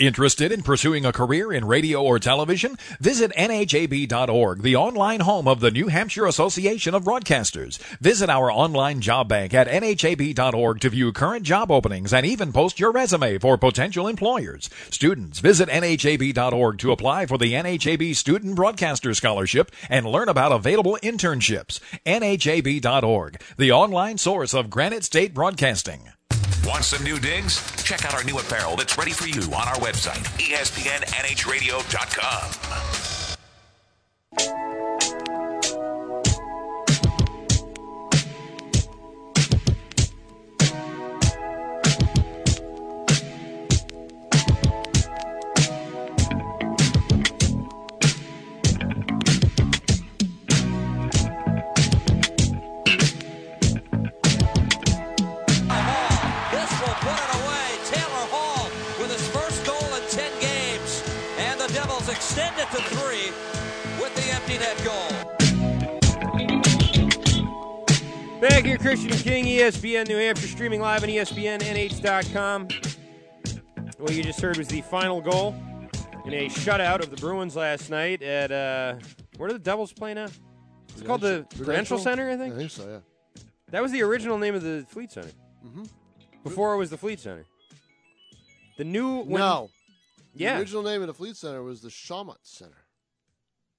U: Interested in pursuing a career in radio or television? Visit NHAB.org, the online home of the New Hampshire Association of Broadcasters. Visit our online job bank at NHAB.org to view current job openings and even post your resume for potential employers. Students, visit NHAB.org to apply for the NHAB Student Broadcaster Scholarship and learn about available internships. NHAB.org, the online source of Granite State Broadcasting.
A: Want some new digs? Check out our new apparel that's ready for you on our website, E ESPNNHradio.com.
V: This will put it away. Taylor Hall with his first goal in 10 games. And the Devils extend it to three with the empty net goal.
D: Back here, Christian King, E ESPN New Hampshire, streaming live on E ESPNNH.com. What you just heard was the final goal in a shutout of the Bruins last night at, uh, where are the Devils play now? It's called the
E: Prudential-
D: Prudential Center, I think?
E: I think so, yeah.
D: That was the original name of the Fleet Center. Mm-hmm. Before it was the Fleet Center. The new when,
E: no.
D: yeah,
E: The original name of the Fleet Center was the Shawmut Center.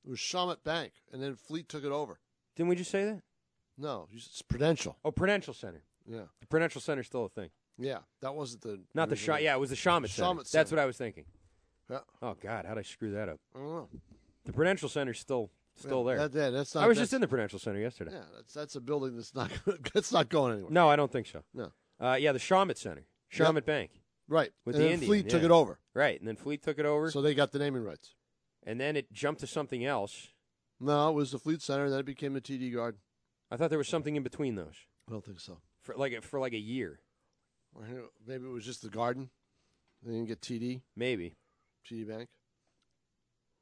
E: It was Shawmut Bank, and then Fleet took it over.
D: Didn't we just say that?
E: No, it's Prudential.
D: Oh, Prudential Center.
E: Yeah.
D: The Prudential Center's still a thing.
E: Yeah, that wasn't the
D: Not the
E: original
D: shot.
E: name.
D: Yeah, it was the Shaman Center.
E: Shawmut
D: That's
E: Center.
D: what I was thinking.
E: Yeah.
D: Oh God, how'd I screw that up?
E: I don't know.
D: The Prudential Center's still still
E: Yeah,
D: there.
E: that- yeah, that's
D: I
E: not-
D: was
E: that's-
D: just in the Prudential Center yesterday.
E: Yeah, that's that's a building that's not that's not going anywhere.
D: No, I don't think so.
E: No.
D: Uh, yeah, the Shawmut Center, Shawmut Bank.
E: Right.
D: With
E: And
D: the
E: then
D: Indian,
E: Fleet took
D: yeah.
E: it over.
D: Right, and then Fleet took it over.
E: So they got the naming rights.
D: and then it jumped to something else.
E: No, it was the Fleet Center, then it became the TD Garden.
D: I thought there was something in between those
E: I don't think so.
D: for like for like a year.
E: Or maybe it was just the Garden. They didn't get TD.
D: Maybe.
E: TD Bank.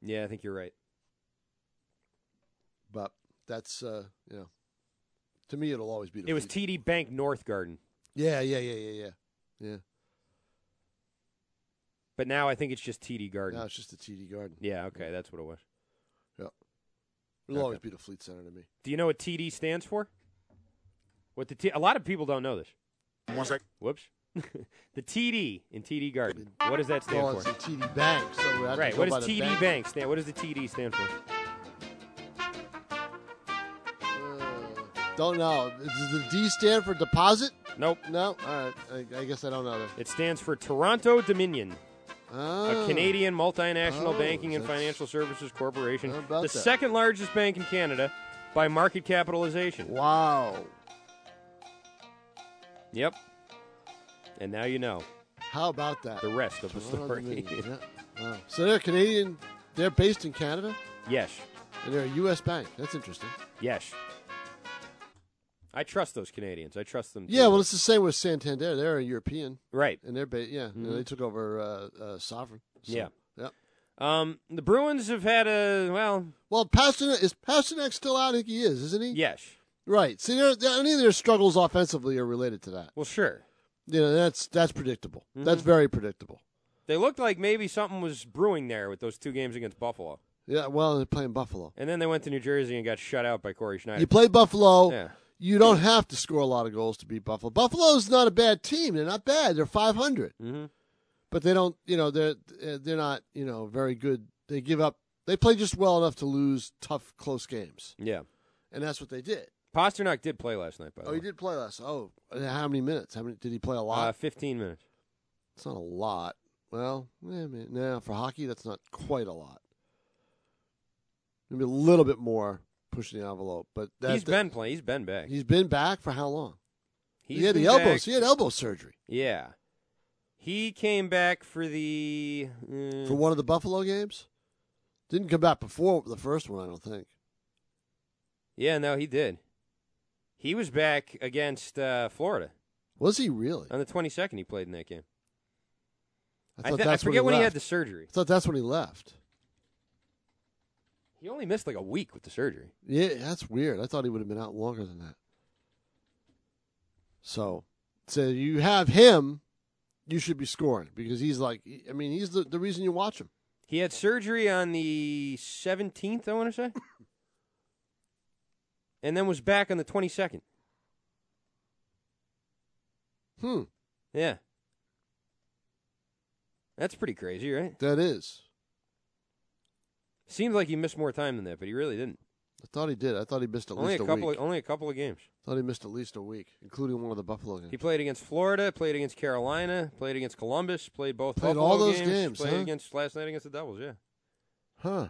D: Yeah, I think you're right.
E: But that's uh, you know, to me it'll always be. The
D: It was
E: Fleet-
D: TD Bank North Garden,
E: Yeah, yeah, yeah, yeah, yeah, yeah.
D: but now I think it's just TD Garden.
E: Now it's just the TD Garden.
D: yeah, okay, that's what it was.
E: Yeah. It'll
D: Okay.
E: always be the Fleet Center to me.
D: Do you know what TD stands for? What the T- a lot of people don't know this. One sec. Whoops. the TD in TD Garden. What does that stand
E: Oh,
D: for?
E: it's the TD Bank. So we have to
D: right.
E: go
D: What
E: by
D: does
E: the
D: TD
E: bank.
D: Bank stand? What does the TD stand for?
E: Don't know. Does the D stand for deposit?
D: Nope.
E: No. All right. I, I guess I don't know. That.
D: It stands for Toronto Dominion.
E: Oh.
D: A Canadian multinational
E: Oh,
D: banking and
E: that's-
D: financial services corporation,
E: How about
D: the
E: that?
D: second largest bank in Canada by market capitalization.
E: Wow.
D: Yep. And now you know
E: How about that?
D: the rest of the
E: Toronto
D: story.
E: Dominion, yeah. Wow. So they're Canadian. They're based in Canada,
D: yes.
E: and they're a U.S. bank. That's interesting.
D: Yes. I trust those Canadians. I trust them.
E: Yeah.
D: too.
E: Well, it's the same with Santander. They're a European,
D: right?
E: And they're ba- yeah. and
D: Mhm.
E: they took over uh, uh, Sovereign. So,
D: Yeah.
E: Yep.
D: Um, the Bruins have had a well.
E: Well, Pasternak is Pasternak still out? I think he is, isn't he?
D: Yes.
E: Right. See, they're, they're- any of their struggles offensively are related to that.
D: Well, sure.
E: You know, that's that's predictable.
D: Mhm.
E: That's very predictable.
D: They looked like maybe something was brewing there with those two games against Buffalo,
E: Yeah. Well, they're playing Buffalo.
D: and then they went to New Jersey and got shut out by Corey Schneider.
E: You play Buffalo.
D: Yeah.
E: You don't have to score a lot of goals to beat Buffalo. Buffalo's not a bad team. They're not bad. They're 500.
D: Mm-hmm.
E: But they don't, you know, they're uh, they're not, you know, very good. They give up. They play just well enough to lose tough close games.
D: Yeah.
E: And that's what they did.
D: Pasternak did play last night, by the
E: Oh,
D: way.
E: he did play last. Oh, how many minutes? How many did he play a lot?
D: Uh, Fifteen minutes.
E: It's not a lot. Well, yeah, I mean, now for hockey, that's not quite a lot. Maybe a little bit more pushing the envelope, but that,
D: he's
E: that-
D: been playing. He's been back.
E: he's been back for how long?
D: He's
E: he had the
D: been
E: elbows.
D: back-
E: He had elbow surgery
D: Yeah. He came back for the uh,
E: for one of the Buffalo games. Didn't come back before the first one, I don't think.
D: Yeah, no, he did. He was back against uh, Florida
E: Was he really?
D: on the twenty second. He played in that game. I,
E: thought
D: thi- I
E: that's when
D: forget
E: he
D: when he had
E: left.
D: the surgery.
E: I thought that's when he left.
D: He only missed like a week with the surgery.
E: Yeah, that's weird. I thought he would have been out longer than that. So, so you have him, you should be scoring because he's like, I mean, he's the, the reason you watch him.
D: He had surgery on the seventeenth, I want to say, and then was back on the twenty second.
E: Hmm.
D: Yeah, that's pretty crazy, right?
E: That is.
D: Seems like he missed more time than that, but he really didn't.
E: I thought he did. I thought he missed at
D: only
E: least
D: a
E: a,
D: couple,
E: week.
D: of, only a couple of games.
E: thought he missed at least a week, including one of the Buffalo games.
D: He played against Florida, played against Carolina, played against Columbus, played both
E: Played
D: Buffalo
E: all those
D: games,
E: games,
D: played
E: huh?
D: against last night against the Devils. Yeah,
E: Huh.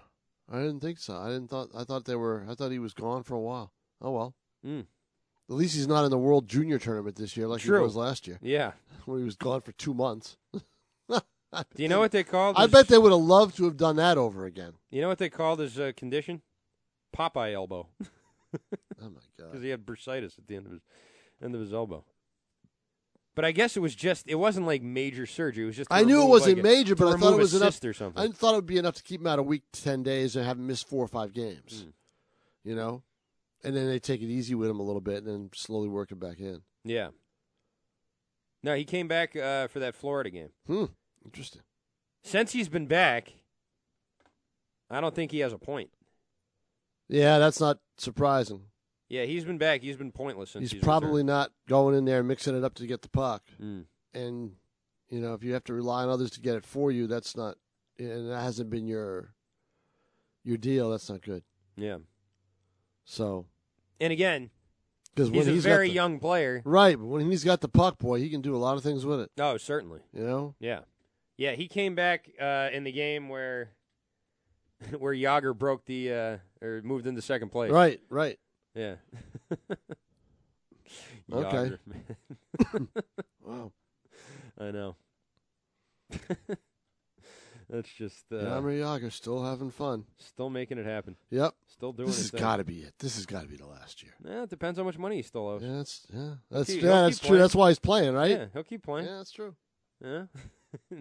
E: I didn't think so. I didn't thought. I thought they were. I thought he was gone for a while. Oh well.
D: Mm.
E: At least he's not in the World Junior Tournament this year, like
D: True.
E: he was last year
D: yeah.
E: when he was gone for two months.
D: Do you know what they called?
E: I
D: his-
E: bet they would have loved to have done that over again.
D: You know what they called his uh, condition? Popeye elbow.
E: oh my god!
D: Because he had bursitis at the end of his end of his elbow. But I guess it was just it wasn't like major surgery. It was just to
E: I knew it
D: remove,
E: wasn't
D: like, a-
E: major,
D: to
E: but I thought it
D: remove a
E: was enough.
D: cyst or something.
E: I thought it would be enough to keep him out a week, to ten days, and have him miss four or five games.
D: Hmm.
E: You know, and then they take it easy with him a little bit, and then slowly work him back in.
D: Yeah. No, he came back uh, for that Florida game.
E: Hmm. Interesting.
D: Since he's been back, I don't think he has a point.
E: Yeah, that's not surprising.
D: Yeah, he's been back. He's been pointless since
E: he's,
D: he's,
E: probably
D: returned.
E: not going in there and mixing it up to get the puck.
D: Mm.
E: And you know, if you have to rely on others to get it for you, that's not and that hasn't been your your deal. That's not good.
D: Yeah.
E: So
D: And again,
E: because
D: he's
E: when
D: a
E: he's got
D: very
E: the-
D: young player.
E: right? But when he's got the puck, boy, he can do a lot of things with it.
D: Oh, certainly.
E: You know,
D: Yeah, yeah. He came back uh, in the game where where Yager broke the uh, or moved into second place.
E: right, right.
D: Yeah.
E: Okay.
D: Yager, man.
E: wow.
D: I know. That's just uh,
E: Yammer Yager still having fun.
D: still making it happen.
E: Yep.
D: Still doing.
E: This
D: his
E: has
D: thing.
E: got to be it. This has got to be the last year.
D: Yeah, it depends how much money he still owes.
E: Yeah, that's yeah.
D: He'll
E: That's
D: keep-
E: yeah,
D: he'll
E: that's
D: keep
E: true.
D: playing.
E: That's why he's playing, right?
D: Yeah, he'll keep playing.
E: Yeah, that's true.
D: Yeah.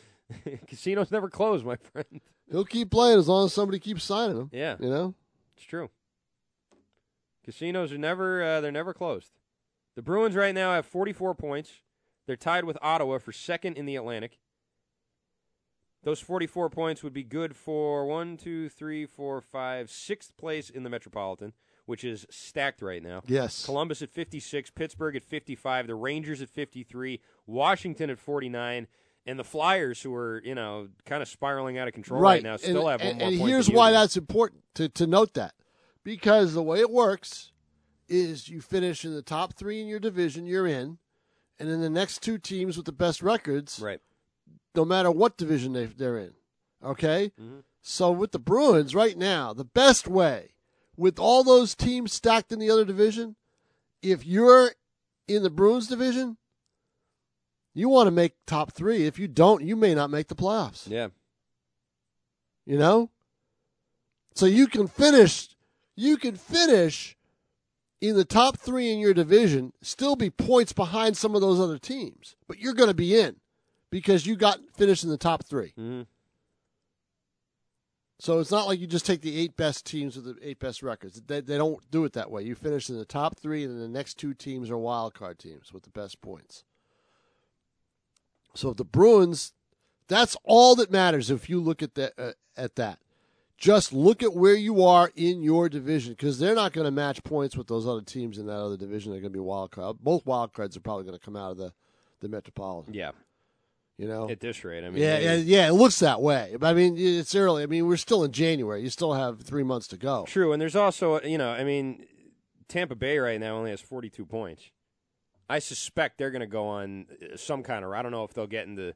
D: Casinos never close, my friend.
E: He'll keep playing as long as somebody keeps signing him.
D: Yeah.
E: You know?
D: It's true. Casinos are never uh, they're never closed. The Bruins right now have 44 points. They're tied with Ottawa for second in the Atlantic. Those 44 points would be good for one, two, three, four, five, sixth place in the Metropolitan, which is stacked right now.
E: Yes.
D: Columbus at 56, Pittsburgh at 55, the Rangers at 53, Washington at 49, and the Flyers, who are you know kind of spiraling out of control right, now, still
E: and,
D: have one
E: and-
D: more
E: and
D: point. than
E: here's why
D: Houston.
E: that's important to, to note that because the way it works is you finish in the top three in your division you're in, and then the next two teams with the best records,
D: right?
E: No matter what division they, they're in, okay. So with the Bruins right now, the best way with all those teams stacked in the other division, if you're in the Bruins division, you want to make top three. If you don't, you may not make the playoffs.
D: Yeah.
E: You know? So you can finish you can finish in the top three in your division, still be points behind some of those other teams, but you're gonna be in because you got finished in the top 3
D: Mm-hmm.
E: So it's not like you just take the eight best teams with the eight best records. They, they don't do it that way. You finish in the top three, and then the next two teams are wild card teams with the best points. So if the Bruins, that's all that matters. If you look at that, uh, at that, just look at where you are in your division because they're not going to match points with those other teams in that other division. They're going to be wild card. Both wild cards are probably going to come out of the the Metropolitan.
D: Yeah.
E: You know,
D: at this rate, I mean,
E: yeah,
D: they-
E: yeah, yeah, it looks that way. But I mean, it's early. I mean, we're still in January. You still have three months to go.
D: True, and there's also you know, I mean, Tampa Bay right now only has 42 points. I suspect they're going to go on uh, some kind of. I don't know if they'll get into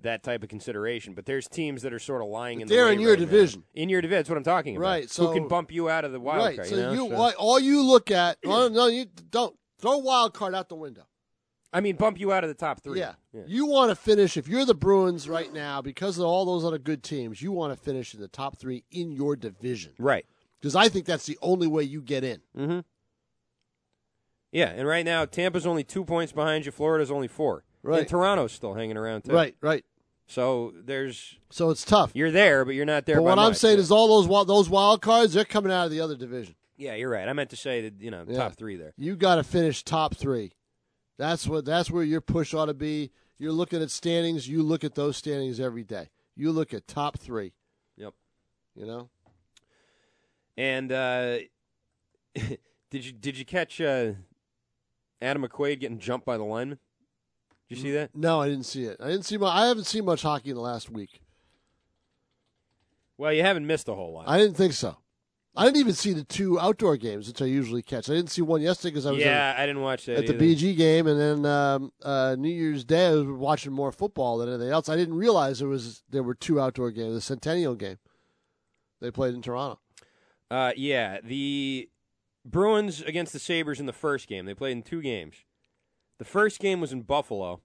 D: that type of consideration, but there's teams that are sort of lying in. the
E: They're
D: way
E: in your
D: right now.
E: division.
D: In your division, that's what I'm talking about.
E: Right, so-
D: who can bump you out of the wild
E: right.
D: card?
E: so
D: you, know?
E: you
D: So-
E: why- all you look at. No, no, you don't throw wild card out the window.
D: I mean, bump you out of the top three.
E: Yeah. You want to finish if you're the Bruins right now because of all those other good teams. You want to finish in the top three in your division,
D: right?
E: Because I think that's the only way you get in.
D: Mm-hmm. Yeah, and right now Tampa's only two points behind you. Florida's only four.
E: Right.
D: And Toronto's still hanging around too.
E: Right, right.
D: So there's
E: So it's tough.
D: you're there, but you're not there.
E: but
D: by
E: what I'm
D: much.
E: saying is all those wi- those wild cards they're coming out of the other division.
D: yeah, you're right. I meant to say that you know
E: Yeah.
D: top three there.
E: You got to finish top three. That's what. That's where your push ought to be. You're looking at standings. You look at those standings every day. You look at top three.
D: Yep.
E: You know.
D: And uh, did you did you catch uh, Adam McQuaid getting jumped by the lineman? Did you see that?
E: No, I didn't see it. I didn't see my. I haven't seen much hockey in the last week.
D: Well, you haven't missed a whole lot.
E: I didn't think so. I didn't even see the two outdoor games, which I usually catch. I didn't see one yesterday because I was
D: yeah,
E: at,
D: I didn't watch that
E: at the
D: either.
E: BG game, and then um, uh, New Year's Day I was watching more football than anything else. I didn't realize there was there were two outdoor games. The Centennial game they played in Toronto.
D: Uh, yeah, the Bruins against the Sabers in the first game. They played in two games. The first game was in Buffalo.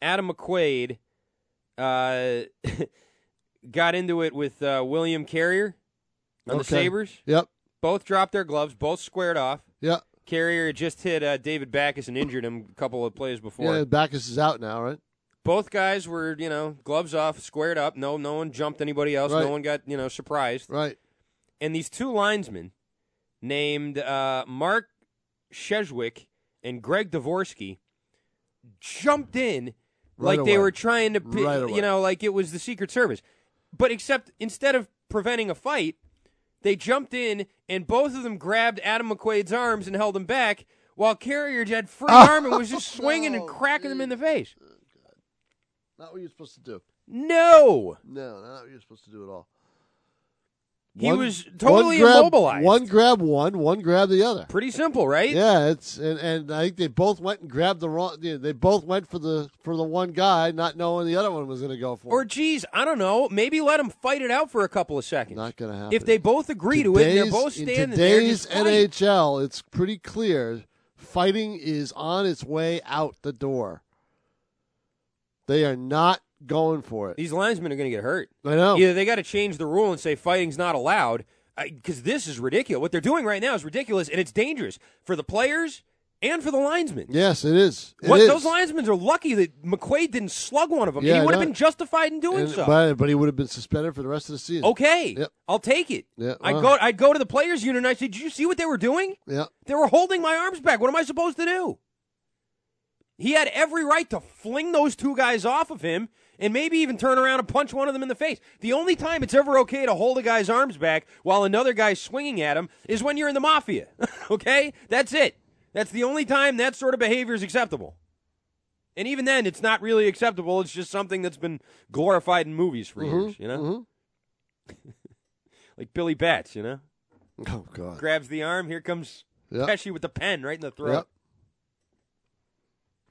D: Adam McQuaid uh, got into it with uh, William Carrier on the
E: Okay.
D: Sabers.
E: Yep.
D: Both dropped their gloves. Both squared off.
E: Yeah.
D: Carrier had just hit uh, David Backus and injured him a couple of plays before.
E: Yeah, Backus is out now, right?
D: Both guys were, you know, gloves off, squared up. No, no one jumped anybody else.
E: Right.
D: No one got, you know, surprised.
E: Right.
D: And these two linesmen, named uh, Mark Sheswick and Greg Dvorsky, jumped in
E: Right
D: like they
E: away.
D: were trying to, pi-
E: Right away.
D: you know, like it was the Secret Service. But except instead of preventing a fight, they jumped in and both of them grabbed Adam McQuaid's arms and held him back, while Carrier had free arm and was just swinging and cracking them in the face.
E: Not what you're supposed to do.
D: No.
E: No, not what you're supposed to do at all.
D: He
E: One-
D: was totally
E: one grab,
D: immobilized.
E: One grab one, one grab the other.
D: Pretty simple, right?
E: Yeah, it's and, and I think they both went and grabbed the wrong. They they both went for the for the one guy, not knowing the other one was going to go for.
D: Or geez, I don't know. Maybe let them fight it out for a couple of seconds. Not
E: gonna happen.
D: If they both agree to it, and they're
E: Today's-
D: both
E: in
D: standing there.
E: today's
D: Just fight.
E: NHL. It's pretty clear fighting is on its way out the door. They are not going for it.
D: These linesmen are going to get hurt.
E: I know.
D: Either they got to change the rule and say fighting's not allowed, because this is ridiculous. What they're doing right now is ridiculous, and it's dangerous for the players and for the linesmen.
E: Yes, it is. It
D: What
E: is.
D: those linesmen are lucky that McQuaid didn't slug one of them.
E: Yeah,
D: he
E: I
D: would have
E: know.
D: been justified in doing
E: And-
D: so.
E: but, but he would have been suspended for the rest of the season.
D: okay,
E: Yep.
D: I'll take it.
E: Yeah, uh-huh.
D: I
E: wow.
D: go. I go to the players' unit and I say, "Did you see what they were doing?
E: Yeah.
D: They were holding my arms back. What am I supposed to do? He had every right to fling those two guys off of him and maybe even turn around and punch one of them in the face. The only time it's ever okay to hold a guy's arms back while another guy's swinging at him is when you're in the mafia. okay? That's it. That's the only time that sort of behavior is acceptable. And even then, it's not really acceptable. It's just something that's been glorified in movies for
E: Mhm,
D: years, you know? like Billy Bats, you know?
E: Oh God.
D: Grabs the arm. Here comes
E: Yep.
D: Pesci with the pen right in the throat.
E: Yep.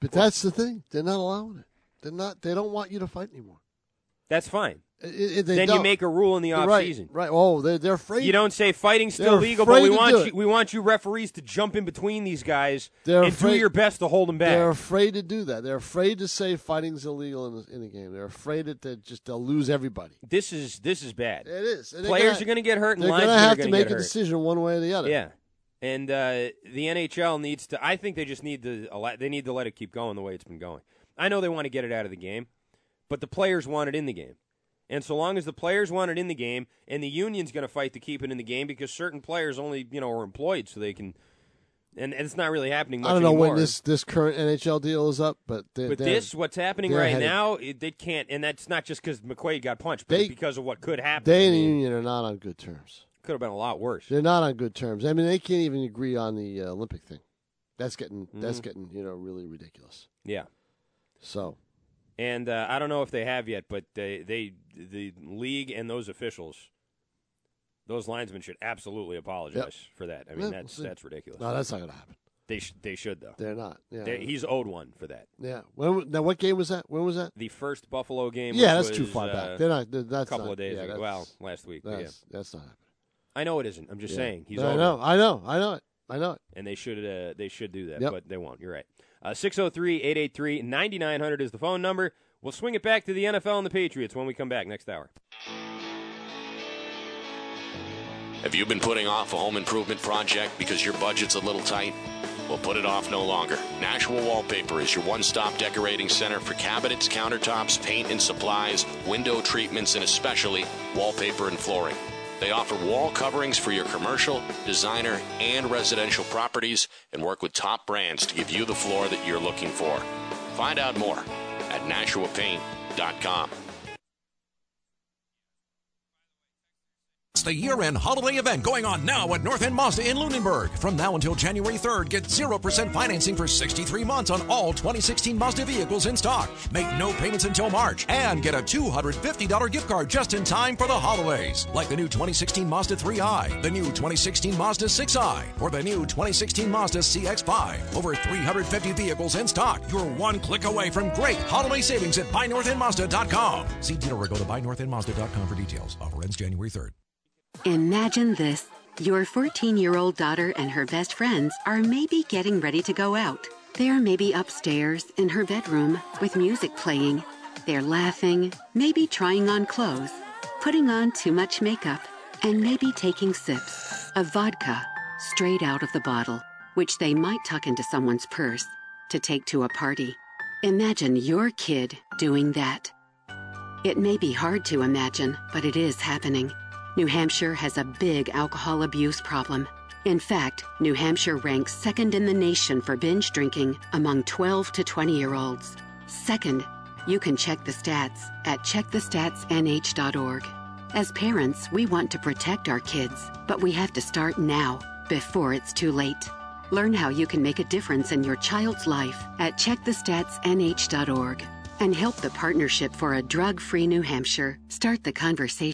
E: But that's the thing; they're not allowing it. They're not. They don't want you to fight anymore.
D: That's fine.
E: It- it- they
D: then you
E: don't.
D: make a rule in the off
E: right,
D: season.
E: Right. Oh, they're, they're afraid.
D: You don't say fighting's still
E: They're
D: legal, but
E: afraid
D: we
E: to do
D: want
E: it.
D: you, we want you referees to jump in between these guys
E: They're
D: and do
E: afraid-
D: your best to hold them back.
E: They're afraid to do that. They're afraid to say fighting's illegal in the, in the game. They're afraid that they just they'll lose everybody.
D: This is this is bad.
E: It is. And they're
D: Players
E: gonna-
D: are going to get hurt, and
E: they're
D: lines
E: gonna
D: are
E: have
D: gonna
E: to make
D: get
E: a
D: hurt.
E: decision one way or the other.
D: Yeah, and uh, the NHL needs to. I think they just need to. allow- They need to let it keep going the way it's been going. I know they want to get it out of the game, but the players want it in the game. And so long as the players want it in the game, and the union's going to fight to keep it in the game because certain players only you know are employed, so they can. And, and it's not really happening. Much
E: I don't know when
D: anymore.
E: this this current NHL deal is up, but they're,
D: But
E: they're-
D: this, what's happening
E: they're
D: right
E: headed-
D: now, it, they can't, and that's not just because McQuaid got punched, but
E: They-
D: it's because of what could happen.
E: they and the union are not on good terms.
D: could have been a lot worse.
E: They're not on good terms. I mean, they can't even agree on the uh, Olympic thing. That's getting that's
D: Mhm.
E: getting you know really ridiculous.
D: Yeah.
E: So
D: And uh, I don't know if they have yet, but they, they, the league and those officials, those linesmen should absolutely apologize for that. I mean,
E: Yeah, we'll
D: that's
E: see.
D: that's ridiculous.
E: no, that's not gonna happen.
D: They sh- they should though.
E: They're not. Yeah.
D: They- he's owed one for that.
E: Yeah. When, now, what game was that? When was that?
D: The first Buffalo game.
E: Yeah,
D: which
E: that's too
D: was,
E: far
D: uh,
E: back. They're not- they're- that's
D: a couple
E: not-
D: of days
E: yeah,
D: ago.
E: that's-
D: Well, last week. yeah.
E: That's, that's not happening.
D: I know it isn't. I'm just
E: Yeah.
D: saying he's
E: I
D: owed
E: know.
D: one.
E: I know. I know it. I know it.
D: and they should uh, they should do that,
E: Yep.
D: but they won't. You're right. Uh, 603 883 9900 is the phone number. We'll swing it back to the NFL and the Patriots when we come back next hour.
G: Have you been putting off a home improvement project because your budget's a little tight? Well, put it off no longer. Nashua Wallpaper is your one stop decorating center for cabinets, countertops, paint and supplies, window treatments, and especially wallpaper and flooring. They offer wall coverings for your commercial, designer, and residential properties and work with top brands to give you the floor that you're looking for. Find out more at NashuaPaint.com.
U: It's the year-end holiday event going on now at North End Mazda in Lunenburg. From now until January 3rd, get 0% financing for 63 months on all 2016 Mazda vehicles in stock. Make no payments until March and get a $250 gift card just in time for the holidays. Like the new 2016 Mazda 3i, the new 2016 Mazda 6i, or the new 2016 Mazda CX-5. Over 350 vehicles in stock. You're one click away from great holiday savings at buynorthandmazda.com. See dealer or go to buynorthandmazda.com for details. Offer ends January 3rd.
B: Imagine this. Your 14 year old daughter and her best friends are maybe getting ready to go out. They're maybe upstairs in her bedroom with music playing. They're laughing, maybe trying on clothes, putting on too much makeup, and maybe taking sips of vodka straight out of the bottle, which they might tuck into someone's purse to take to a party. Imagine your kid doing that. It may be hard to imagine, but it is happening. New Hampshire has a big alcohol abuse problem. In fact, New Hampshire ranks second in the nation for binge drinking among 12 to 20 year olds. Second, you can check the stats at checkthestatsnh.org. As parents, we want to protect our kids, but we have to start now, before it's too late. Learn how you can make a difference in your child's life at checkthestatsnh.org and help the Partnership for a Drug Free New Hampshire start the conversation.